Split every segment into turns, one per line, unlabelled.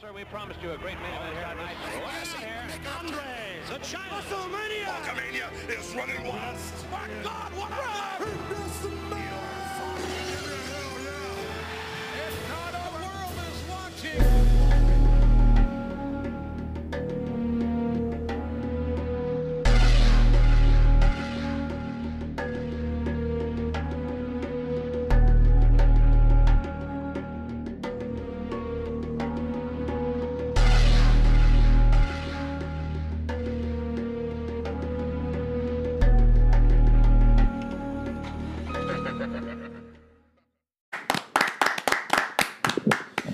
sir, we promised you a great main event here tonight. What is it here?
Andre, the child. WrestleMania.
Hulkamania is running wild.
My God, what a night!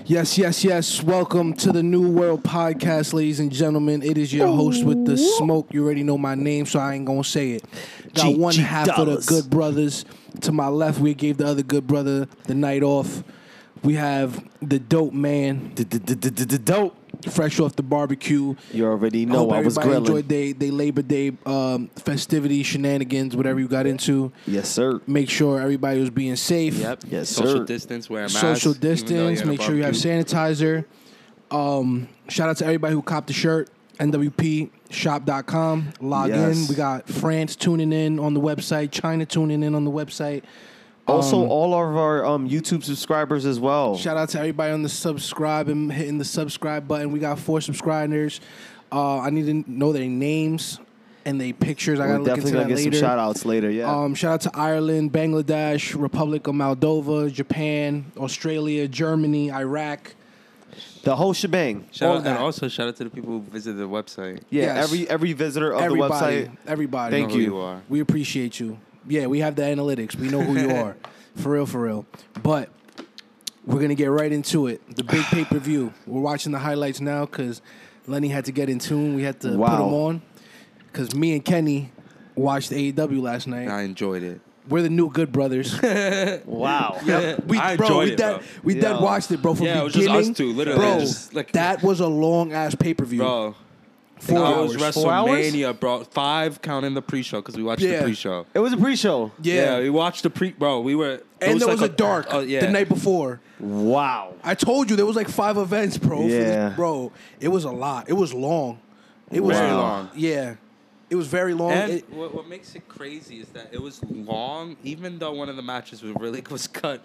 Yes, yes, yes. Welcome to the New World Podcast, ladies and gentlemen. It is your host with the smoke. You already know my name, so I ain't gonna say it. Got
G-
one
G
half of
dollars.
the good brothers. To my left, we gave the other good brother the night off. We have the dope man,
Dope.
fresh off the barbecue.
You already
I
know
hope
I was
everybody
grilling.
enjoyed they they Labor Day um, festivities, shenanigans, whatever you got into.
Yes, sir.
Make sure everybody was being safe.
Yep.
Yes,
Social
sir.
distance, wear a mask.
social
even though
distance.
you're at a
Make sure you have
barbecue.
sanitizer. Um, shout out to everybody who copped the shirt. NWPshop.com. Log in.
Yes.
We got France tuning in on the website, China tuning in on the website.
Also, all of our um, YouTube subscribers as well.
Shout out to everybody on the subscribe and hitting the subscribe button. We got four subscribers. Uh, I need to know their names and their pictures. I
We're
gotta look into
definitely
that
gonna get
later.
some shout outs later. Yeah.
Um, shout out to Ireland, Bangladesh, Republic of Moldova, Japan, Australia, Germany, Iraq.
the whole shebang.
all
Shout out,
that.
and also shout out to the people who visited the website.
Yeah.
yes.
Every every visitor of
everybody,
the website.
everybody.
Thank
know who
you.
you are.
We appreciate you. Yeah, we have the analytics. We know who you are. For real, for real. But we're going to get right into it. The big pay per view. We're watching the highlights now because Lenny had to get in tune. We had to put
Wow.
him on because me and Kenny watched AEW last night.
I enjoyed it.
We're the new good brothers.
Wow.
We,
I
bro,
enjoyed
we
it,
dead,
bro.
We dead
Yeah.
watched it, bro. From
Yeah, it was just
beginning,
us two, literally.
Bro,
Just, like-
that was a long ass pay per view.
Bro,
Four
I
hours.
was
Four hours?
WrestleMania, bro. Five counting the pre show because we watched
Yeah.
the pre show.
It was a pre-show.
yeah.
we watched the pre. Bro, we were.
and there was
like
a dark
Oh, yeah.
the night before.
Wow.
I told you there was like five events, bro. for this-
Yeah.
bro, it was a lot. It was long. It was
Very
long.
Yeah, it was very long.
And
It-
what, what makes it crazy is that it was long, even though one of the matches was really was cut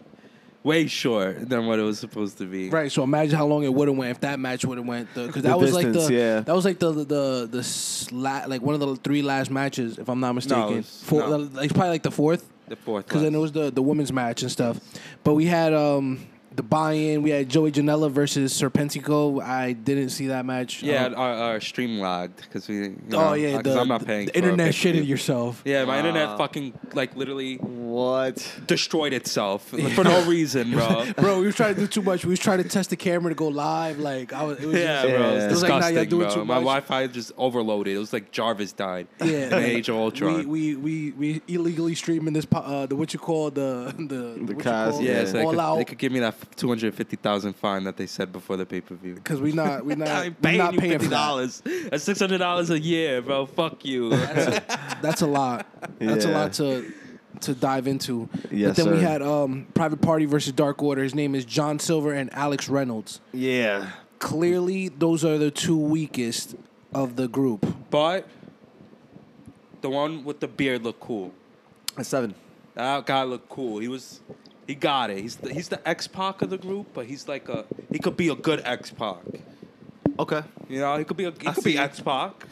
way short than what it was supposed to be.
right. So imagine how long it would have went if that match would have went because
The
that was like
distance,
the
yeah.
that was like the the the, the sla- like one of the three last matches if I'm not mistaken.
it's-
Four,
no.
like, it's probably like the fourth
The fourth.
because then it was the the women's match and stuff. But we had um. The buy-in, we had Joey Janela versus Serpentico. I didn't see that match.
Yeah,
Um,
our, our stream lagged because we. You know,
oh yeah.
Because
The,
I'm not paying.
the
for a
internet
pay-per-view.
shitted yourself.
Yeah, my internet fucking like literally
What?
destroyed itself for no reason, bro.
bro. We was trying to do too much. We was trying to test the camera to go live. Like I was, it was
Yeah,
just,
bro,
It
it's
was
disgusting,
like, nah, y'all doing
bro.
too
My
much.
Wi-Fi just overloaded. It was like Jarvis died in
like,
Age of
We,
Ultron.
we we we illegally streaming this. po- Uh, the what you call the the what you
cast,
call
yeah,
it,
so they
all
could,
out
they could give me that two hundred fifty thousand fine that they said before the pay per view.
because we not we not
I'm
we
paying
not
you
paying
fifty
for that.
dollars. That's six hundred dollars a year, bro. Fuck you.
That's a lot. That's a
Yeah.
lot to to dive into.
Yes,
but then we
sir.
had um, Private Party versus Dark Order. His name is John Silver and Alex Reynolds.
Yeah.
Clearly, those are the two weakest of the group.
but the one with the beard looked cool.
A seven.
That guy looked cool. He was, he got it. He's the, he's the X Pac of the group, but he's like a he could be a good X Pac.
Okay.
You know, he could be a he could
see
be
it.
X Pac.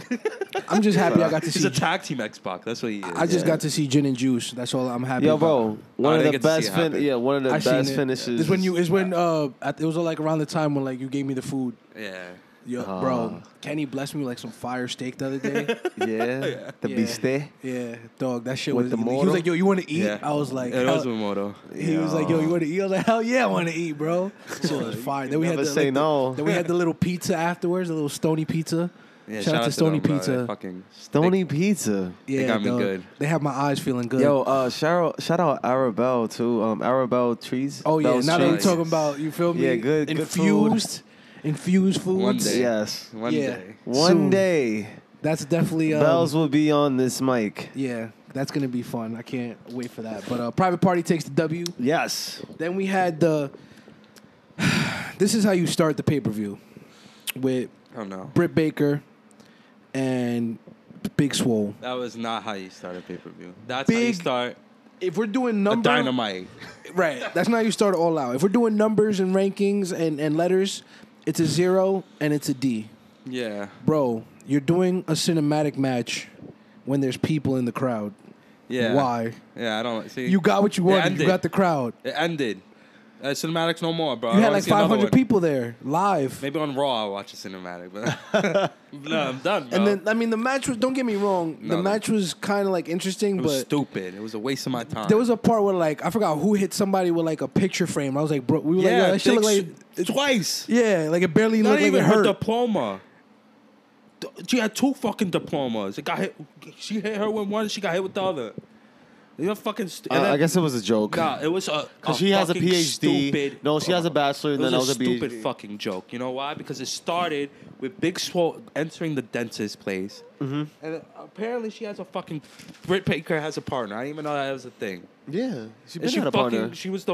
I'm just happy I got to
he's
see.
a tag team X Pac. That's what he is.
I just got to see Gin and Juice. That's all I'm happy.
Yo,
about.
bro.
I
One
didn't
of the
Oh, get to see
best.
it
Fin-
happen.
yeah, one of the
I seen
best
it.
finishes.
It's when you. It's when uh, at- it was like around the time when like you gave me the food.
yeah.
Yo,
Uh-huh.
bro, Kenny blessed me with, like some fire steak the other day.
Yeah. The
Yeah.
biste.
yeah, dog, that shit
With
was.
the
he was
moro?
like, "Yo, you want to eat?"
Yeah.
I was like,
it was
hell-
with Moto.
"He was like, yo, you want to eat?" I was like, "Hell yeah, I want to eat, bro." So it was fire. Then we
never
had the,
say
like, the-
no.
Then we had the little pizza afterwards, the little Stony Pizza.
Yeah,
shout, out to Stony
them, bro.
Pizza.
They Fucking
Stony pizza.
yeah,
got me
dog.
good.
They had my eyes feeling good.
Yo, uh, shout out, shout out Arabelle too. Um, Arabelle trees.
oh yeah,
Those
now that we
trees.
talking about you feel me?
Yeah, good- good food.
infused, infused foods.
One day.
Yes.
One
yeah.
day.
One
Soon.
day,
That's definitely um,
bells will be on this mic.
Yeah, that's gonna be fun. I can't wait for that. But uh, private party takes the W.
Yes.
Then we had the. This is how you start the pay per view. with
I don't know.
Britt Baker and Big Swole.
That was not how you start a pay per view. That's how you
Big
start
If we're doing
a
numbers,
dynamite.
right? That's not how you start all out. If we're doing numbers and rankings and, and letters, it's a zero and it's a D,
Yeah.
bro. You're doing a cinematic match when there's people in the crowd.
Yeah.
Why?
Yeah, I don't see.
You got what you
It
wanted. You
ended.
got the crowd.
It ended. Uh, cinematics no more, bro. I
You had
wanna
like
see another
500
one.
people there live.
Maybe on Raw I'll watch a cinematic, but no, I'm done. Bro.
And then I mean the match was don't get me wrong,
No,
the
uh, no.
match was kind of like interesting,
it
but
was stupid. It was a waste of my time.
there was a part where like I forgot who hit somebody with like a picture frame. I was like, bro, we were
yeah,
like, yo, that shit
Dick
look like
s- twice.
yeah, like it barely
Not
looked like
even
it
her
hurt.
diploma. D- She had two fucking diplomas. It got hit. She hit her with one. She got hit with the other. You're fucking. St-
I,
and then-
Uh, I guess it was a joke.
Nah, it was a. a
Because she has a
fucking
PhD.
Stupid,
no, she has a bachelor,
It
and
was
then
a
I was a
stupid
PhD.
fucking joke. You know why? Because it started with Big Swole entering the dentist's place, mm-hmm. and apparently she has a fucking Britt Baker has a partner. I didn't even know that was a thing.
Yeah, she
And
been
she
had a
fucking
partner.
she was the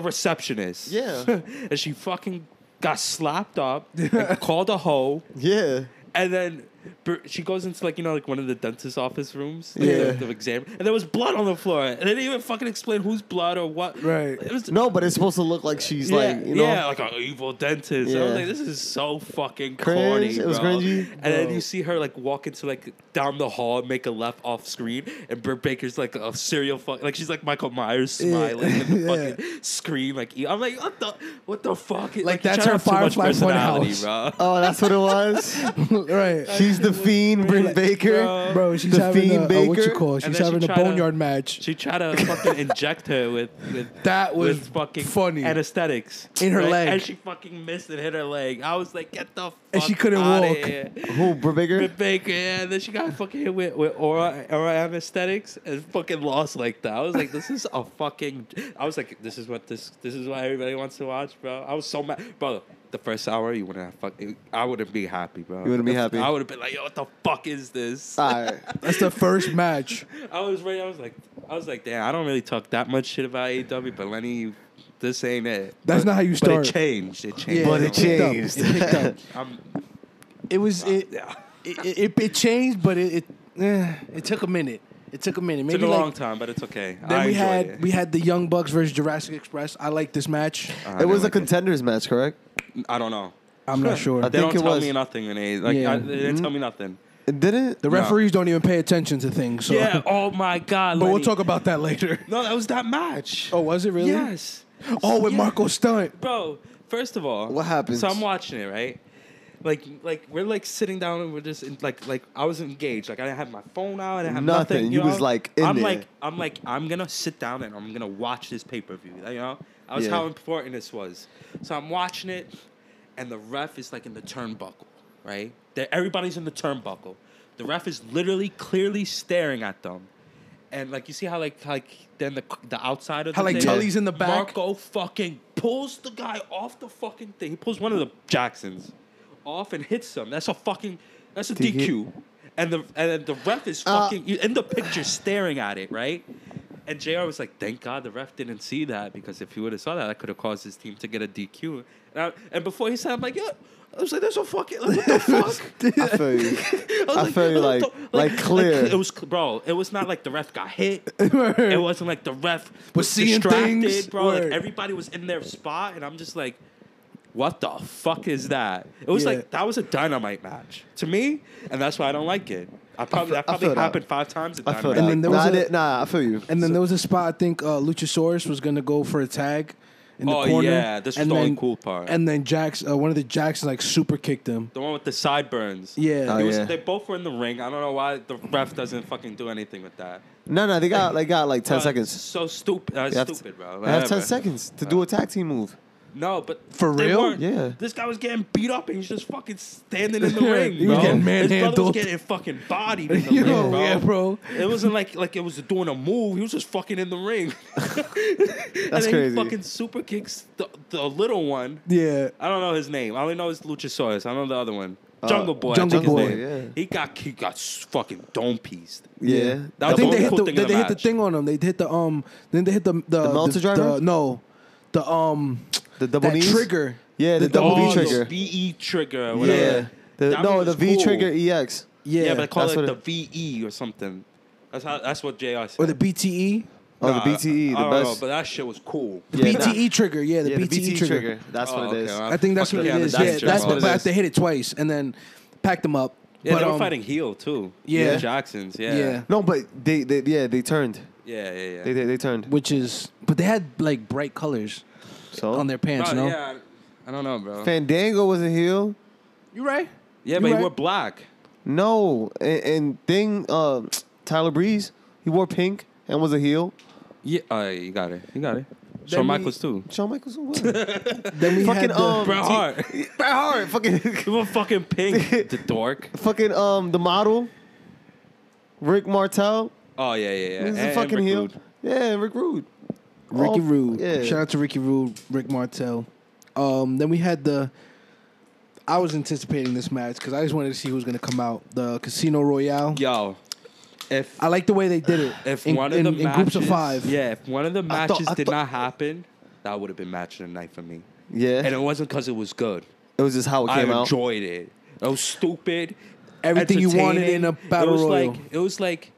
receptionist.
Yeah.
and she fucking got slapped up and called a hoe.
Yeah,
And then Br- she goes into like you know like one of the dentist office rooms, like,
Yeah.
the, the exam, and there was blood on the floor, and they didn't even fucking explain whose blood or what.
Right.
It was
no, but it's supposed to look like she's
yeah,
like you know.
yeah, like an evil dentist. I was
Yeah.
like, this is so fucking
Cringe.
corny.
It was
bro.
cringy.
And then you see her like walk into like down the hall, and make a left off screen, and Britt Baker's like a serial fuck, like she's like Michael Myers smiling in the
Yeah.
fucking screen. Like e, I'm like, what the, what the fuck? Like,
that's
you try
her
to have too much
Firefly
personality,
Funhouse.
bro.
Oh, that's what it was.
right.
she's the fiend, Britt
Uh,
Baker.
Bro, she's
The
having
Fiend
a, a what you
Baker?
call?
And
She's
then she
having a
tried to-
boneyard match.
She tried to fucking inject her with, with
That was
with fucking
funny.
anesthetics
In her leg.
and she fucking missed and hit her leg. I was like, get the fuck
And she couldn't
outta
walk.
Here.
Who, Britt Baker?
Britt Baker, yeah, and then she got fucking hit with, with aura, aura anesthetics and fucking lost like that. I was like, this is a fucking. I was like, this is what this this is what everybody wants to watch, bro. I was so mad, bro. The first hour, you wouldn't have fucking. I wouldn't be happy, bro.
You wouldn't be happy.
I would have been like, yo, what the fuck is this?
All right.
That's the first match.
I was ready. I was like, I was like, damn, I don't really talk that much shit about AEW, but Lenny, this ain't it.
That's
But-
not how you
But
start.
it changed. It changed.
Yeah,
But it
picked up.
changed.
It picked up.
I'm,
It was it.
yeah.
It, it, it changed, but it it, eh, it took a minute. It took a minute. Maybe
Took a
like-
long time, but it's okay.
Then
I
we
enjoyed
had
it.
we had the Young Bucks versus Jurassic Express. I like this match.
I
It
didn't
was a
like
contenders match, correct?
I don't know.
Uh, I'm not sure.
I
They
think
don't
it
tell
was.
me nothing, Renee. Like
Yeah. Mm-hmm.
I, they didn't tell me nothing.
It didn't.
The referees don't even pay attention to things. So.
Yeah. Oh my God.
but we'll
Lenny.
talk about that later.
No, that was that match.
Oh, was it really?
Yes.
Oh, with
Yeah.
Marco Stunt.
bro. First of all,
What happens?
So I'm watching it, right? Like, like we're like sitting down and we're just in, like, like I was engaged. Like I didn't have my phone out. I didn't have nothing.
Nothing. You
know?
was, like, in
I'm
there.
like, I'm like, I'm gonna sit down and I'm gonna watch this pay per view. You know, that was
Yeah.
how important this was. So I'm watching it, and the ref is like in the turnbuckle, right? That everybody's in the turnbuckle. The ref is literally clearly staring at them. And like you see how like how, like then the the outside of
How,
the
like,
thing-
Tully's in the back?
Marco Go fucking pulls the guy off the fucking thing. He pulls one of the Jacksons off and hits him. That's a fucking that's a
Did he-
DQ. And the and then the ref is
Uh.
fucking you in the picture staring at it, right? And JR was like, "Thank God the ref didn't see that because if he would have saw that, that could have caused his team to get a DQ." And, I, and before he said, "I'm like, yeah," I was like, "There's a fucking like, what the fuck."
I feel you.
I, was
I feel you,
what
like- like clear.
it was cl- bro. It was not like the ref got hit. it wasn't like the ref was,
seeing
distracted,
things.
bro.
Word.
Like everybody was in their spot, and I'm just like, what the fuck is that? It was
Yeah.
like that was a dynamite match to me, and that's why I don't like it. I probably that
I
probably
feel that.
happened five times. At
I feel
dynamite.
that.
then there
nah,
was
I
a-
did- nah, I feel you.
And then there was a spot I think uh, Luchasaurus was gonna go for a tag in the
Oh,
corner.
yeah, this was
and
the only
then-
cool part.
And then Jax, uh, one of the Jacksons, like super kicked him.
The one with the sideburns.
Yeah. Oh,
It was-
yeah.
They both were in the ring. I don't know why the ref doesn't fucking do anything with that.
no, no, they got they got like ten
Bro, it's
seconds.
So stupid. That's
They have,
stupid, bro.
They have ten
Whatever.
seconds to do a tag team move.
No, but
For
they
real?
weren't.
Yeah.
This guy was getting beat up and he's just fucking standing in the
Yeah,
ring.
he was
bro.
getting
His brother was
manhandled.
getting fucking bodied in the
Yo,
ring, bro.
yeah, bro.
It wasn't like like it was doing a move. He was just fucking in the ring. That's and then
crazy.
He fucking super kicks the, the little one.
Yeah.
I don't know his name. I only know it's Luchasaurus. I know the other one. Jungle Boy. I
Jungle
think his
Boy,
name.
yeah.
He got he got s- fucking dome pieced.
Yeah.
I
That
think
was the
they
only
hit
cool
the,
thing
they,
in the
hit the
match.
thing on him. They hit the um. Then they hit the the,
Meltzer driver?
no, the um
The double
that
knees?
trigger.
Yeah, the double
oh,
B
the
trigger.
BE trigger. or
Yeah.
whatever.
The,
That
no,
move
the
is
V
cool.
trigger E EX.
Yeah,
Yeah, but I call
that's
it
what
the
it-
VE or something. That's how. That's what Jr. said.
or the E? BTE.
Oh, the BTE,
I
the
don't know,
best.
but that shit was cool.
Yeah, nah.
BTE trigger, yeah, E, the,
Yeah,
BTE, trigger.
E That's
Oh,
what it
okay,
is.
well,
I think that's what
Fuck
it
yeah,
is.
that's
Yeah,
just
that's
what
what.
it
But I
is.
have to hit it twice and then pack them up.
Yeah,
but,
they were
um,
fighting heel too.
yeah.
The Jacksons. Yeah,
Yeah.
yeah,
No, but they, they yeah they turned.
yeah, yeah.
They they, they turned.
which is but they had like bright colors
So
on their
No,
pants. no,
Oh. yeah, I don't know, bro.
Fandango was a heel.
you right?
yeah,
You
but
right.
he wore black.
No, and, and thing uh, Tyler Breeze he wore pink and was a heel.
Yeah, uh, you got it. You got it.
Then
Shawn
we-
Michaels too.
Shawn Michaels was what?
Then we had
fucking
the,
um
Bret Hart.
T- Bret Hart. Fucking
He wore fucking pink. the dork.
fucking um the model. Rick Martel.
Oh yeah, yeah, yeah.
He's a
And
fucking
Rick
heel.
Rude.
Yeah, and Rick Rude.
Ricky
Oh,
Rude.
yeah.
Shout out to Ricky Rude, Rick Martel. Um, then we had the. I was anticipating this match because I just wanted to see who was going to come out. The Casino Royale.
Yo, if
I like the way they did it.
if
in,
one of
in-
the
in
matches,
groups of five.
yeah, if one of the
I
matches
thought- I
did
thought-
not happen, that would have been match of the night for me.
Yeah,
And it wasn't because it was good.
it was just how it
I
came out.
enjoyed it. It was stupid.
Everything you wanted in a
entertaining.
battle
it was
royal.
Like, it was like,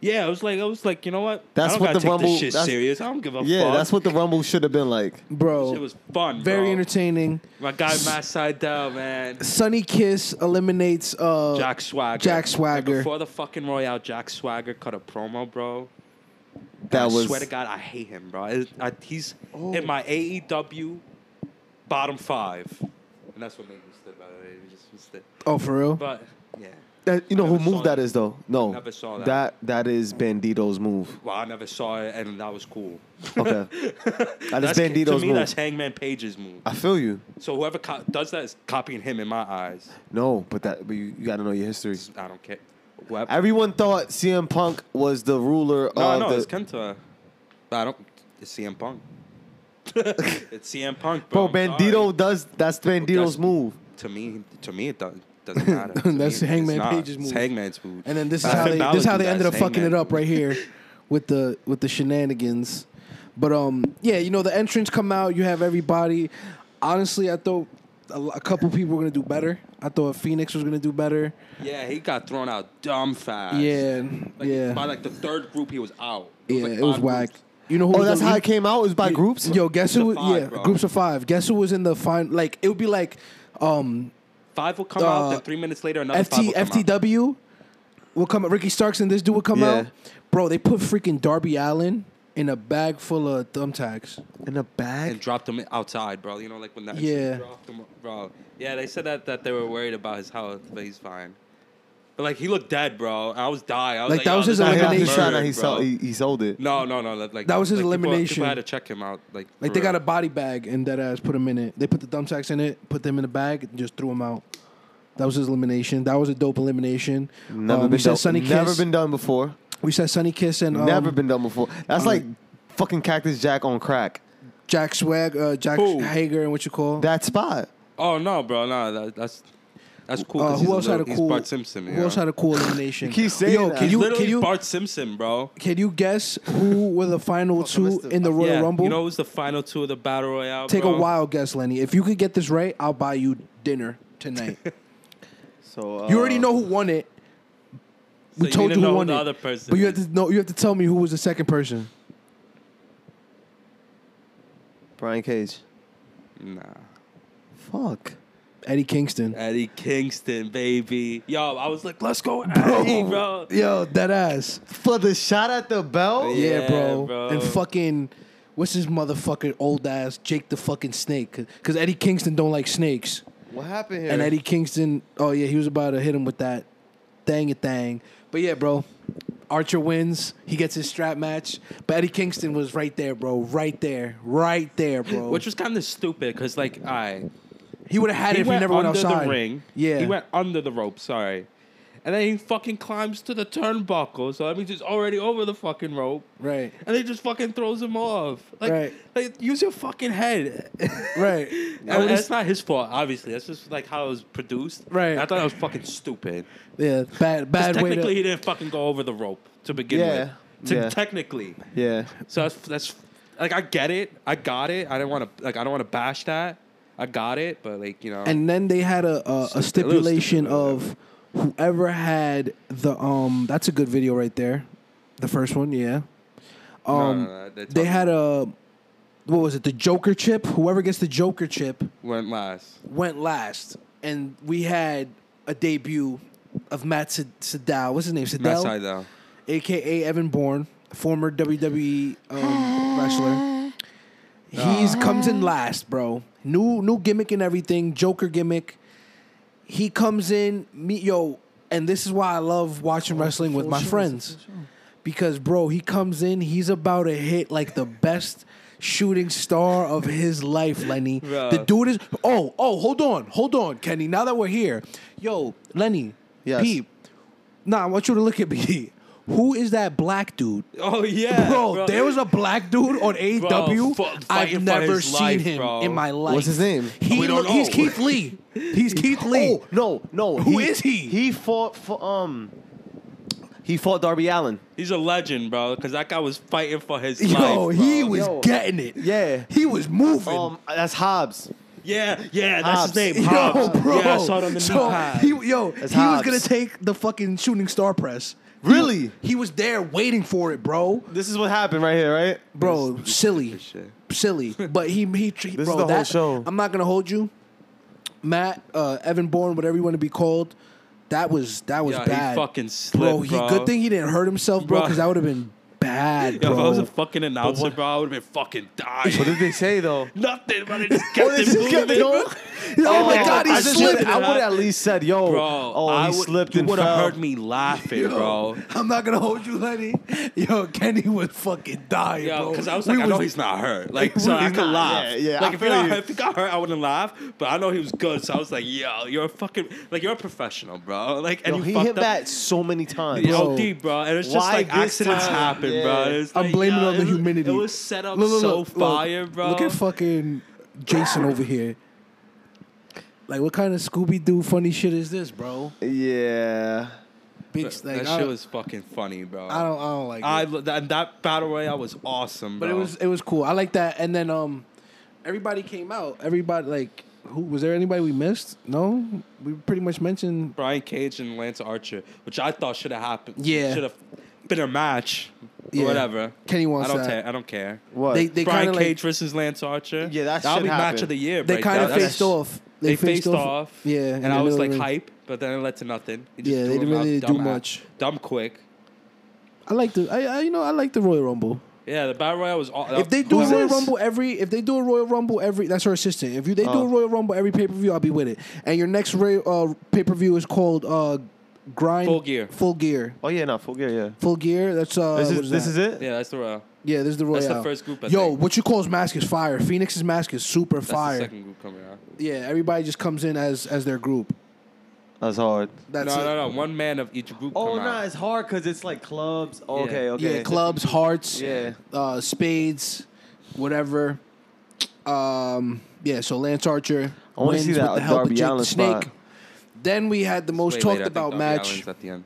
yeah, it was like, I was like, you know what?
That's
I don't
what
gotta
the
take
Rumble-
This shit
that's-
serious. I don't give a
yeah,
fuck.
that's what the Rumble should have been like.
bro.
It was fun.
very
bro.
entertaining.
My guy Matt Seidel, man.
Sunny Kiss eliminates uh,
Jack Swagger.
Jack
And
Swagger.
before the fucking Royale, Jack Swagger cut a promo, bro.
That
I
was
swear to God, I hate him, bro. I, I, he's
Oh.
in my AEW bottom five, and that's what made me slip out of it. It just was the-
Oh, for real?
But yeah,
That- you know who
Never saw
move that
that.
is though. No,
Never saw that.
That that is Bandito's move.
well, I never saw it, and that was cool.
Okay, that is
That's to
Bandito's
me.
move.
That's Hangman Page's move.
I feel you.
So whoever co- does that is copying him in my eyes.
No, but that but you, you got to know your history.
I don't care. Whoever,
Everyone thought CM Punk was the ruler
no,
of
no,
the.
it's Kenta. But I don't. It's CM Punk. it's CM Punk,
bro,
bro. I'm sorry.
Bandito does that's Bandito's
That's-
move.
To me, to me, it doesn't. Doesn't matter. To
That's
me, it's
Hangman
not.
Page's
It's
move.
Hangman's move.
And then this is
Uh,
how
Finn
they
Balor
this is how
did
they
that.
ended up
It's
fucking it
Hangman.
up right here with the with the shenanigans. But um yeah, you know the entrants come out, you have everybody. Honestly, I thought a, lo- a couple people were going to do better. I thought Phoenix was going to do better.
Yeah, he got thrown out dumb fast.
Yeah.
Like,
yeah.
By like the third group, he was out.
yeah,
like
it was
five
whack.
groups.
You know who
Oh,
was
that's
on
how it
each-
came out. It was by
Y-
groups.
Yo, guess who?
Groups of five,
yeah,
bro.
groups of five. Guess who was in the final? Like it would be like, um,
Five will come
Uh,
out. Then three minutes later, another five
FT
will come out.
FTW will come out. Ricky Starks and this dude will come
Yeah.
out. Bro, they put freaking Darby Allen in a bag full of thumbtacks.
in the bag.
and dropped him outside, bro. You know, like when that
Yeah.
dropped him, bro. Yeah, they said that that they were worried about his health, but he's fine. But like he looked dead, bro. I was dying. I was
Like,
like,
that
yo,
was
this
his
Nah,
guy
he,
got
he,
elimination.
sold-
murdered,
he, sold,
bro.
he, he sold it.
No, no, no. Like
That was his
like, people-
elimination.
People, had to check him out. Like,
Like
for
they got a
real.
body bag and that ass put them in it. They put the thumbtacks in it, put them in a bag, and just threw them out. That was his elimination. That was a dope elimination.
Never
Um, we
been
said
done.
Sunny
never
Kiss.
been done before.
we said Sunny Kiss and um,
never been done before. That's
uh,
like fucking Cactus Jack on crack.
Jack Swag, uh, Jack
Who?
Hager, and what you call
That spot.
Oh no, bro. No, that, that's that's cool.
Uh,
'cause he's
who else
little,
had a
he's
cool?
Bart Simpson.
who else had a cool elimination?
You keep saying
Yo,
that.
can
He's
you
literally
can you
Bart Simpson, bro.
can you guess who were the final two
missed it.
in the Royal
yeah,
Rumble?
You know, it was the final two of the battle royale.
Take
bro.
a wild guess, Lenny. If you could get this right, I'll buy you dinner tonight.
So uh,
you already know who won it.
So
We
you
told
need
you
to
who
know
won
the
it,
other person
but you have
is.
to know. You have to tell me who was the second person.
Brian Cage.
Nah.
Fuck.
Eddie Kingston.
Eddie Kingston, baby. Yo, I was like, let's go, Eddie, bro.
Yo, that ass.
For the shot at the belt.
Yeah,
Yeah,
bro.
bro.
And fucking, what's his motherfucking old ass Jake the fucking snake? Because Eddie Kingston don't like snakes.
What happened here?
And Eddie Kingston, oh yeah, he was about to hit him with that thang a thang. But yeah, bro. Archer wins. He gets his strap match. But Eddie Kingston was right there, bro. Right there. Right there, bro.
Which was kind of stupid because, like, I
he would have had it
he
if he
went
never went
under
outside.
the ring.
Yeah.
he went under the rope. Sorry, and then he fucking climbs to the turnbuckle. So that means he's already over the fucking rope.
Right.
And he just fucking throws him off. Like,
Right.
like use your fucking head.
Right. I
And
would've-
that's not his fault, obviously. That's just like how it was produced.
Right.
I thought that was fucking stupid.
yeah. Bad.
'Cause
Bad way
technically,
to.
he didn't fucking go over the rope to begin
Yeah,
with. Te-
yeah.
Technically,
yeah.
so that's that's like I get it, I got it. I didn't want to like I don't want to bash that. I got it, but like you know,
And then they had a a, a stipulation
Stipulation, yeah.
of whoever had the um. That's a good video right there, the first one. Yeah. Um,
no, no, uh, they
they
talked-
had a what was it? The Joker chip. Whoever gets the Joker chip
went last.
went last, and we had a debut of Matt Sid- Sidal. What's his name? Sidal.
Matt Sydal.
aka Evan Bourne, former WWE um, wrestler. He's comes in last, bro. New new gimmick and everything, Joker gimmick. He comes in, me yo, and this is why I love watching wrestling with my friends. Because bro, he comes in, he's about to hit like the best shooting star of his life, Lenny.
Bro.
The dude is oh, oh, hold on, hold on, Kenny. Now that we're here, yo, Lenny,
Yes.
peep, Nah, I want you to look at me. Who is that black dude?
Oh yeah,
bro, there was a black dude on AEW.
fu-
I've
fighting for
never
his
seen
life,
him
bro.
in my life.
What's his name?
He
We don't
look- He's
know.
Keith Lee. He's Keith Lee.
Oh no, no.
Who is he?
He fought for um. He fought Darby Allen.
He's a legend, bro, because that guy was fighting for his life.
Yo,
bro. Oh,
he was
Yo.
getting it.
Yeah.
He was moving.
Um, that's Hobbs.
yeah, yeah, that's
Hobbs.
his name.
Yo,
Hobbs.
bro.
Yeah, I saw it on the knee
so
pad.
he, yo, he was
Hobbs.
gonna take the fucking shooting star press.
Really?
He, he was there waiting for it, bro.
This is what happened right here, right?
Bro, silly,
shit.
silly. But he he. This bro,
is the whole
that-
show.
I'm not gonna hold you, Matt, uh, Evan Bourne, whatever you want to be called. That was that was
Yeah, he
bad.
fucking
bro.
slipped, bro.
He good thing he didn't hurt himself, bro,
Bro.
because that would have been bad,
Yo,
bro.
if I was a fucking announcer, bro, I would have been fucking
What
dying.
did they say though?
Nothing, but I just kept
they
it
just
moving.
kept it
bro.
going?
oh my god, he
I just would've-
slipped.
I would at least said, "Yo,
Bro,
oh, he
I would,
slipped
you
and
would have
fell."
heard me laughing, bro.
I'm not gonna hold you, Lenny. Yo, Kenny was fucking dying,
Yeah,
bro.
because I was
We
like, I know he's not hurt. Like,
He's
so I
not-
could laugh.
yeah, yeah,
like,
I
if, you're
feel
not,
you.
hurt- if he got hurt, I wouldn't laugh. But I know he was good, so I was like, yo, you're a fucking, like, you're a professional, bro. Like, and
Yo,
you
he
fucked
hit
up.
that so many times.
Yo,
OD, bro. And it's just
Why
like
this
accidents
time?
happen,
Yeah.
bro. It's
I'm
like,
blaming it
yo,
on the
it was-
humidity.
It was set up
Look, look,
so
look, look.
fire, bro.
Look at fucking Jason over here. Like, what kind of Scooby Doo funny shit is this, bro?
Yeah.
Bitch, like,
that
I,
shit was fucking funny, bro.
I don't, I don't like.
I
it.
lo- that, that battle royale was awesome, bro.
But it was, it was cool. I like that. And then, um, everybody came out. Everybody like, who was there? Anybody we missed? No, we pretty much mentioned.
Brian Cage and Lance Archer, which I thought should have happened.
Yeah.
should have been a match. or
Yeah.
Whatever.
Kenny wants
I don't
that.
care. I don't care.
What?
They, they kind
Brian
of
Cage
like,
versus Lance Archer.
Yeah, that
that'll
should
be match
happen.
of the year.
they
right
kind
there.
of
That's-
faced off.
They, faced, off.
Yeah,
and
in
I
the
was
middle
like
of the ring.
hype, but then it led to nothing. It
Yeah, they
threw
didn't
him out
really do
dumb ass-
much.
Dumb quick.
I like the, I, I, you know, I like the Royal Rumble.
Yeah, the battle royale was all.
If they do a
Who's
Royal
this?
Rumble every, if they do a Royal Rumble every, that's her assistant. If you, they do a
Oh.
Royal Rumble every pay per view, I'll be with it. And your next Ray, uh, pay per view is called uh, Grind
Full Gear.
Full Gear.
Oh yeah, no, full gear. Yeah.
Full Gear. That's uh,
This
what
is this
that?
is it.
yeah, that's the royale.
Yeah, this is the Royale.
That's the first group, I
Yo,
think.
what you call's mask is fire. Phoenix's mask is super
That's
fire.
the second group coming out.
Yeah, everybody just comes in as as their group.
That's hard.
That's
no,
it.
no, no. One man of each group.
Oh
come
no,
out.
it's hard because it's like clubs. Oh,
okay,
Okay,
Yeah,
okay.
Yeah, clubs, hearts,
Yeah.
uh, spades, whatever. Um, yeah, so Lance Archer
I wanna
wins
see
with
that
the help
Darby
of Jake
Allin
the Snake.
spot.
Then we had the most
Wait, wait, I
talked
think
about
Darby
match
Allin's at the end.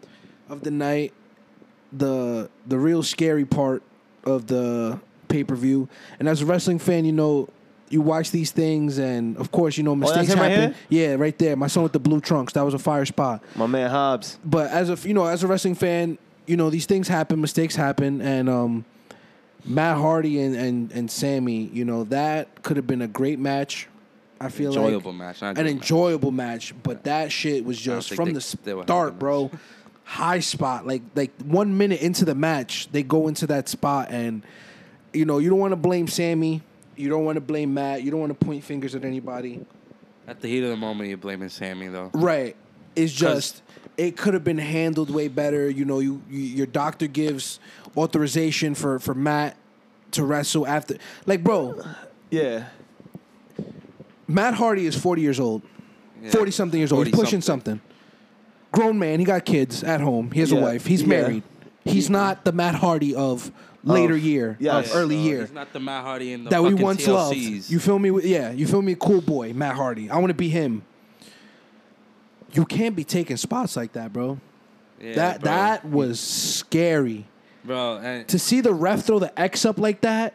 of the night. The the real scary part of the pay per view, and as a wrestling fan, you know. You watch these things, and of course, you know
Oh, that's
mistakes
him right
happen.
here?
yeah, right there. My son with the blue trunks. That was a fire spot
My man Hobbs.
but as a you know as a wrestling fan, you know these things happen, mistakes happen, and um, Matt Hardy and and and Sammy, you know that could have been a great match. I feel
Enjoyable
like
match, not a
an
great match.
enjoyable match, but that shit was
don't
just
think
from
they-
the
they were having a
start,
match.
bro. High spot, like like one minute into the match, they go into that spot, and you know you don't want to blame Sammy, you don't want to blame Matt, you don't want to point fingers at anybody.
At the heat of the moment, you're blaming Sammy though.
Right. It's
'Cause-
just it could have been handled way better. You know, you, you your doctor gives authorization for for Matt to wrestle after. Like, bro,
Yeah.
Matt Hardy is forty years old,
Yeah.
forty something years old. He's pushing
40-something.
something. Grown man. He got kids at home. He has a
Yeah.
wife. He's
Yeah.
married. He's not the Matt Hardy of later
Of-
year,
yeah,
of early
so
year
He's not the Matt Hardy in the
that we
fucking
once loved.
TLCs.
You feel me? Yeah, you feel me? Cool boy, Matt Hardy. I want to be him. You can't be taking spots like that, bro.
Yeah,
that
bro.
that was scary
bro. And
to see the ref throw the X up like that.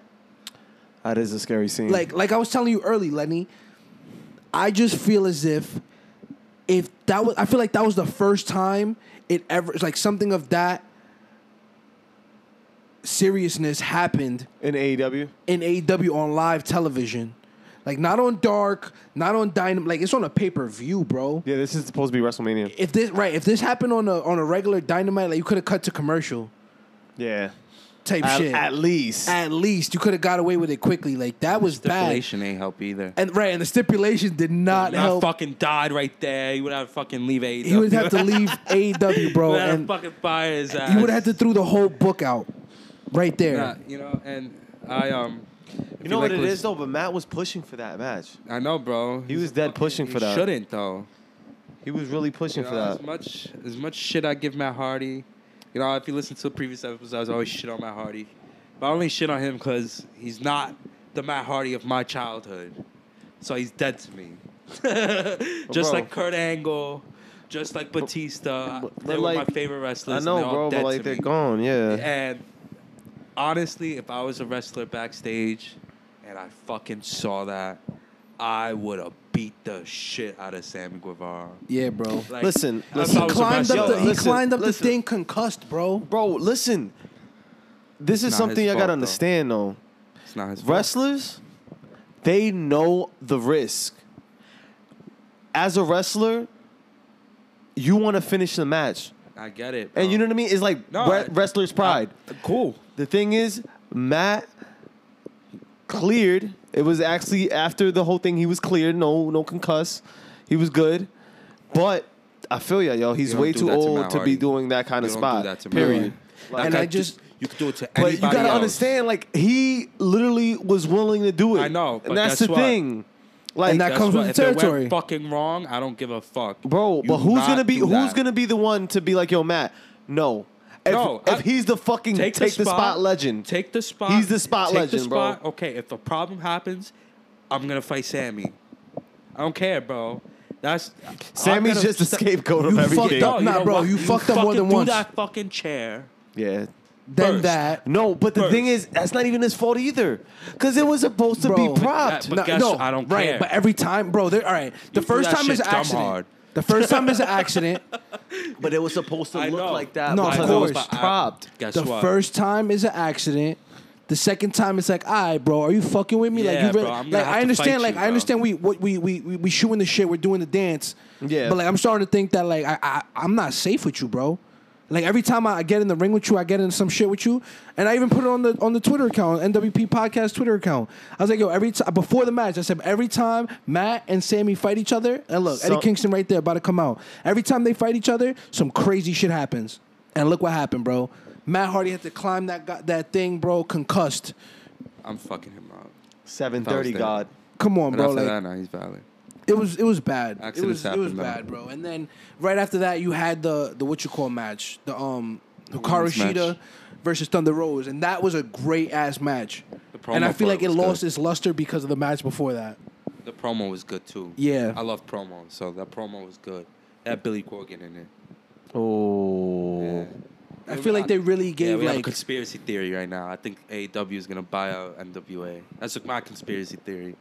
That is a scary scene.
Like like I was telling you early, Lenny. I just feel as if if that was I feel like that was the first time it ever it's like something of that seriousness happened
in E AEW.
in AEW on live television. Like not on Dark, not on Dynamite, like it's on a pay-per-view, bro.
Yeah, this is supposed to be WrestleMania.
If this right, if this happened on a on a regular Dynamite, like you could have cut to commercial
Yeah,
type
at,
shit.
at least.
At least you could have got away with it quickly. Like that was bad.
Stipulation ain't help either.
And right, and the stipulation did not
Not
help.
fucking died right there. He would have fucking leave AEW.
he would have to leave AEW, bro,
Without a
and
fucking fire his ass.
you would have had to threw the whole book out right there.
Nah, you know, and I um. if
You know what
like
it
lis-
is though, but Matt was pushing for that match.
I know, bro.
He was dead pushing for that.
Shouldn't though.
He was really pushing
You
for
know,
that.
As much as much shit I give Matt Hardy, you know, if you listen to previous episodes, I was always shit on Matt Hardy. But I only shit on him because he's not the Matt Hardy of my childhood, so he's dead to me. just
bro.
like Kurt Angle, just like Batista,
but-
they
but
were my
like-
favorite
I
wrestlers. and
know,
they're all
bro, but
dead to
like they're
me.
gone. Yeah.
And honestly, if I was a wrestler backstage and I fucking saw that, I would have beat the shit out of Sammy Guevara.
Yeah, bro.
Like,
Listen,
if
listen.
I was a
climbed up
wrestler-
the, he
listen,
climbed up
listen.
the thing concussed, bro.
Bro, listen. This is
Not
something
his
I gotta
fault, though.
understand though.
It's not his fault.
Wrestlers, they know the risk. As a wrestler, you want to finish the match,
I get it.
and
bro.
you know what I mean. It's like
No,
wre-
I-
wrestler's pride.
I- cool.
The thing is, Matt cleared. It was actually after the whole thing. He was cleared. No, no concuss. He was good, but I feel ya, yo. He's
You don't
way
do
too
that to
old
Matt
to
Hardy.
be doing that kind
You
of
don't
spot.
do that to me.
period.
Like,
And I
do-
just-
you could do it to
But
anybody
you gotta
else.
understand, like he literally was willing to do it.
I know, but
and that's
guess
the
what?
thing. Like,
And that
Guess
comes
what?
with
if
the
it went
territory.
fucking wrong, I don't give a fuck,
bro.
You
But who's
not
gonna be
do
who's
that.
gonna be the one to be like, yo, Matt? No, if,
No,
if
I-
he's the fucking take, the, spot, legend,
Take the spot.
He's the spot
take
legend, bro.
spot. Okay, if a problem happens, I'm gonna fight Sammy. I don't care, bro. That's I'm
Sammy's
gonna
just a
st-
scapegoat of
You
everything.
fucked up.
No, you
Nah,
know
bro,
what?
you fucked up more
fucking
than
do
once.
that fucking chair.
Yeah.
Then
First.
that.
No, but the
First.
thing is, that's not even his fault either, because it was supposed to
Bro.
be propped.
But guess- I don't
right,
care.
But every time, bro, they're all right. The
do
first
that
time is
shit
an
dumb
accident.
hard.
The first time is an accident.
But it was supposed to
I
look
know.
like that.
No, of
because it was
course.
propped.
Guess
the
what?
first time is an accident. The second time it's like, all right, bro, are you fucking with me? like
Yeah,
you really,
bro, I'm gonna
like
have
I
to
understand,
fight
like
you,
I
bro.
understand we what we we we, we shooing the shit, we're doing the dance.
Yeah.
But like I'm starting to think that like I, I I'm not safe with you, bro. Like every time I get in the ring with you, I get in some shit with you, and I even put it on the on the Twitter account, NWP podcast Twitter account. I was like, yo, every time before the match, I said every time Matt and Sammy fight each other, and look,
Some-
Eddie Kingston right there about to come out. Every time they fight each other, some crazy shit happens, and look what happened, bro. Matt Hardy had to climb that go- that thing, bro, concussed.
I'm fucking him up.
Seven thirty,
That was
God.
Come on,
But
bro.
after
like,
that, no, he's valid.
It was it was bad. It
Accidents
was it was
happen, though.
bad, bro. And then right after that, you had the the what you call match, the um Hikaru
women's match.
Shida versus Thunder Rose, and that was a great ass match.
promo
And I feel
for it
like it
was
lost
good.
its luster because of the match before that.
The promo was good too.
Yeah.
I love promo, so that promo was good. It had Billy Corgan in it.
Oh.
I feel like they really
yeah,
gave
we have a
like
conspiracy theory right now. I think AEW is gonna buy out NWA. That's my conspiracy theory.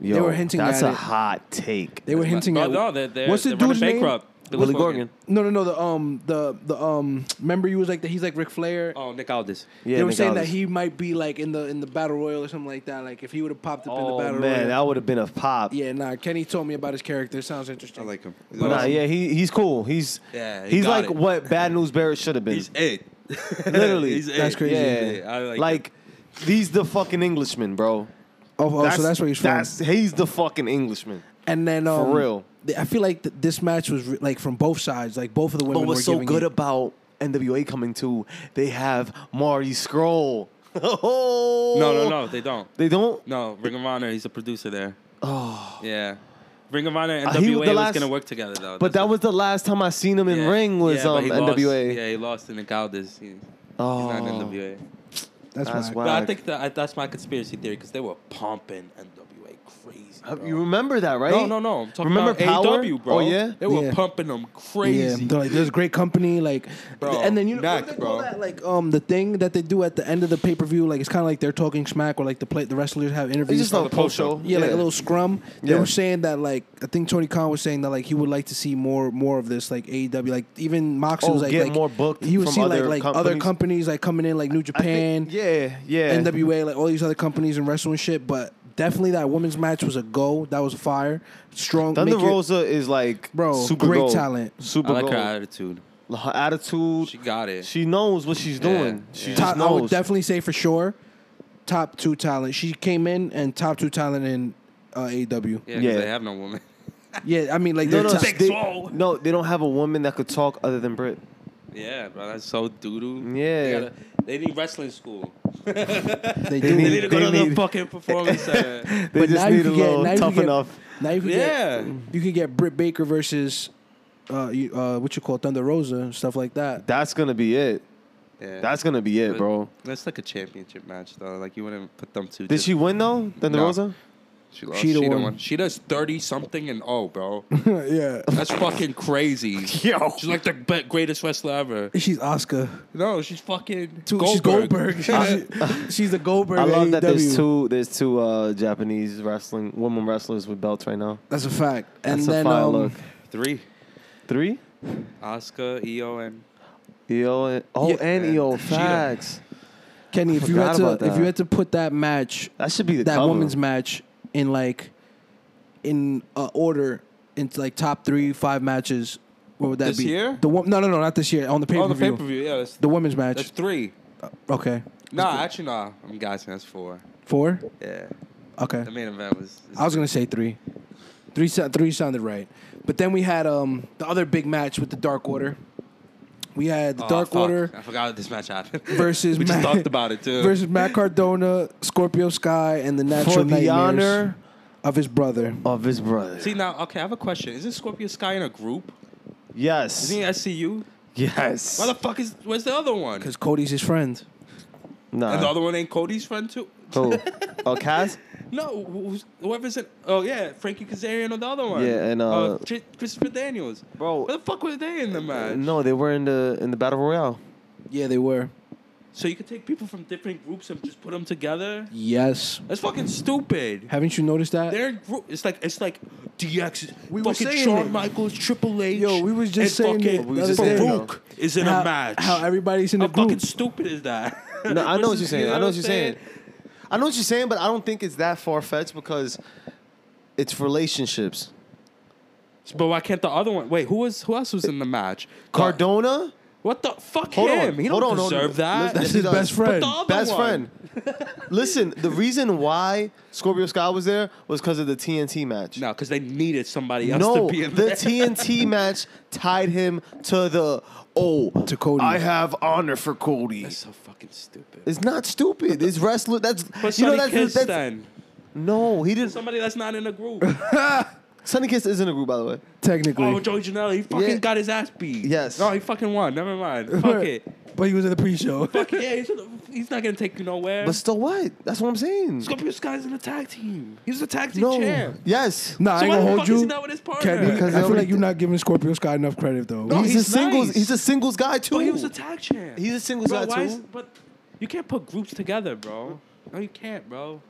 Yo,
were hinting
That's
at
a
it.
hot take.
they were hinting
no,
at.
no, they're, they're,
what's the
they're running
dude's name?
bankrupt. Billy
Willie Gorgon.
No, no, no. The um the the um remember you was like that. He's like Ric Flair.
Oh, Nick Aldis.
Yeah,
they were
Nick
saying
Aldis.
that he might be like in the in the battle royal or something like that. Like if he would have popped up in the
Oh
battle
man,
royal.
that would have been a pop.
yeah, nah. Kenny told me about his character. It sounds interesting.
I like him.
Nah, yeah, he he's cool. He's
Yeah, he
he's
got
like
it.
what Bad News Barrett should have been.
He's it.
Literally,
He's
That's
it.
crazy.
Yeah,
I
like,
like
he's the fucking Englishman, bro.
oh, oh so that's where he's from.
that's- he's the fucking Englishman.
And then um,
real.
th- I feel like th- this match was re- like from both sides, like both of the women.
But
were
what's so
giving
good
it-
about NWA coming to? They have Marty Scroll. oh,
No, no, no, they don't.
They don't.
No, Ring of Honor. He's a producer there. Oh. Yeah. Ring of Honor and
Uh,
NWA
he- the
was
last-
gonna work together though.
But that was the last time I seen him in ring was
but
um
he lost-
NWA.
yeah, he lost to Nick Aldis. He,
Oh,
He's not in NWA.
That's,
that's
why.
why.
But I think that that's my conspiracy theory because they were pumping NWA crazy.
Uh,
bro.
You remember that, right?
No, no, no. I'm talking
remember
about
Power?
AW, bro.
Oh yeah.
They were
Yeah.
pumping them
Yeah,
crazy.
they're like there's great company, like,
Bro,
and then you know
nuts,
what they call
bro.
that like um the thing that they do at the end of the pay per view, like it's kind of like they're talking smack or like the play the wrestlers have
It's
interviews.
just like a post show.
yeah, like a little scrum. They
Yeah.
were saying that like I think Tony Khan was saying that like he would like to see more more of this like AEW like even Moxley
Oh,
was like
get
like,
more booked
He would
from
see like
other
like other
companies.
companies like coming in like New
I
Japan,
think- yeah, yeah.
NWA, like all these other companies and wrestling shit. But definitely that women's match was a go. That was fire, strong.
Thunder
make your-
Rosa is like
Bro,
super
great
gold.
talent.
super
I like her
gold.
attitude.
Her attitude.
She got it.
She knows what she's doing. She
yeah.
just
top, I would
knows.
definitely say for sure, top two talent. She came in and top two talent in uh, AW.
yeah, 'cause
Yeah.
they have no woman.
Yeah, I mean like they're
no, no,
top,
they, no, they don't have a woman that could talk other than Brit.
Yeah, bro. That's so doo doo.
Yeah.
They, gotta- they need wrestling school.
they do.
They need to go
They
to
need-
the fucking performance center.
They
But
just
now you
need a
can get-
little
now you
tough
can get-
enough.
Now you can
Yeah.
get, you can get Britt Baker versus uh, you, uh, what you call it, Thunder Rosa and stuff like that.
That's gonna be it.
Yeah.
That's gonna be it,
But
bro.
That's like a championship match, though. Like, you wouldn't put them two.
Did she win though, Thunder
No.
Rosa?
She lost.
She
She,
the
the
one.
one. She does 30 something and oh, bro.
yeah,
That's fucking crazy. Yo. She's like the be- greatest wrestler ever.
she's Oscar.
No, she's fucking
Too,
Goldberg.
She's Goldberg. She- she's the Goldberg.
I
of E
love that there's
AEW.
two there's two uh, Japanese wrestling women wrestlers with belts right now.
That's a fact. And
That's a
then
fire
um,
look.
Three.
Three?
Oscar, E EO, and
EO and, oh
Yeah.
and EO facts.
Kenny, if you
forgot
had to
about
if
that.
you had to put that match
That should be the
that
cover.
women's match in like in uh, order into like top three five matches. What would that
This
be?
year?
The one? No, no, no, not this year. On the pay
oh,
per
the pay per
view.
view. Yeah, that's,
The women's match.
that's three.
okay,
Nah, actually, nah. I'm guessing that's four.
four.
Yeah,
Okay,
the main event was.
I was gonna say three. Three, sou- three sounded right. But then we had um the other big match with the Dark Order. We had the
Oh,
Dark
fuck.
Order
I forgot this match happened.
versus
we just
Matt-
talked about it too.
versus Matt Cardona, Scorpio Sky, and the Natural
For the
Nightmares
honor
of his brother.
of his brother.
See now, okay, I have a question. Isn't Scorpio Sky in a group?
yes.
Isn't he SCU?
Yes.
Why the fuck is? Where's the other one?
Because Cody's his friend.
Nah.
And
uh,
the other one ain't Cody's friend too.
Who? Oh, Kaz?
No, who's, whoever's in. Oh yeah, Frankie Kazarian or the other one.
Yeah, and, uh,
Ch- Christopher Daniels.
Bro.
where the fuck were they in the match?
No, they were in the in the battle royale.
Yeah, they were.
So you could take people from different groups and just put them together.
Yes.
That's fucking stupid.
Haven't you noticed that?
They're in group. It's like it's like DX.
We
We
were
fucking
saying
Shawn
it.
Michaels, Triple H.
Yo, we was just
and
saying
fucking
it. We
was just saying it,
Farouk is in
how,
a match.
How everybody's in
How
the group.
fucking stupid is that?
No, I know what you're
Versus-
saying.
you
I know what you're saying. I know what you're saying, but I don't think it's that far fetched because it's relationships.
But why can't the other one? Wait, who was who else was in the match?
Cardona,
What the fuck
Hold
him?
on,
He
hold
don't
on, hold on.
deserve that.
Listen,
That's
Yes, he
his
does.
best
But
friend.
the other
best
one-
friend. Listen, the reason why Scorpio Sky was there was because of the TNT match.
No, because they needed somebody else
No,
to be in
the
there.
TNT match tied him to the oh
To Cody.
I have honor for Cody.
That's so fucking stupid.
It's not stupid. It's wrestler. That's
But
you know
Sonny
that's,
Kiss
that's-
then.
no. He didn't.
Somebody that's not in the group.
Sonny Kiss isn't a group, by the way.
Technically.
oh, Joey Janela, he fucking
Yeah.
got his ass beat.
Yes.
No, he fucking won. Never mind. Fuck it.
But he was in the pre-show.
Fuck it. Yeah, he's, he's not gonna take you nowhere.
But still, what? That's what I'm saying.
Scorpio Sky's in the tag team. He's the tag team
no.
champ.
Yes.
Nah, I
So
ain't
why
gonna
the
hold
fuck is he
you.
not with his partner?
Kenny,
Because
I feel
nobody
like you're
did-
not giving Scorpio Sky enough credit though.
No,
he's,
he's
a singles.
nice.
He's a singles guy too.
But he was the tag champ.
He's a singles
bro,
guy
why
too.
is- but you can't put groups together, bro. No, you can't, bro.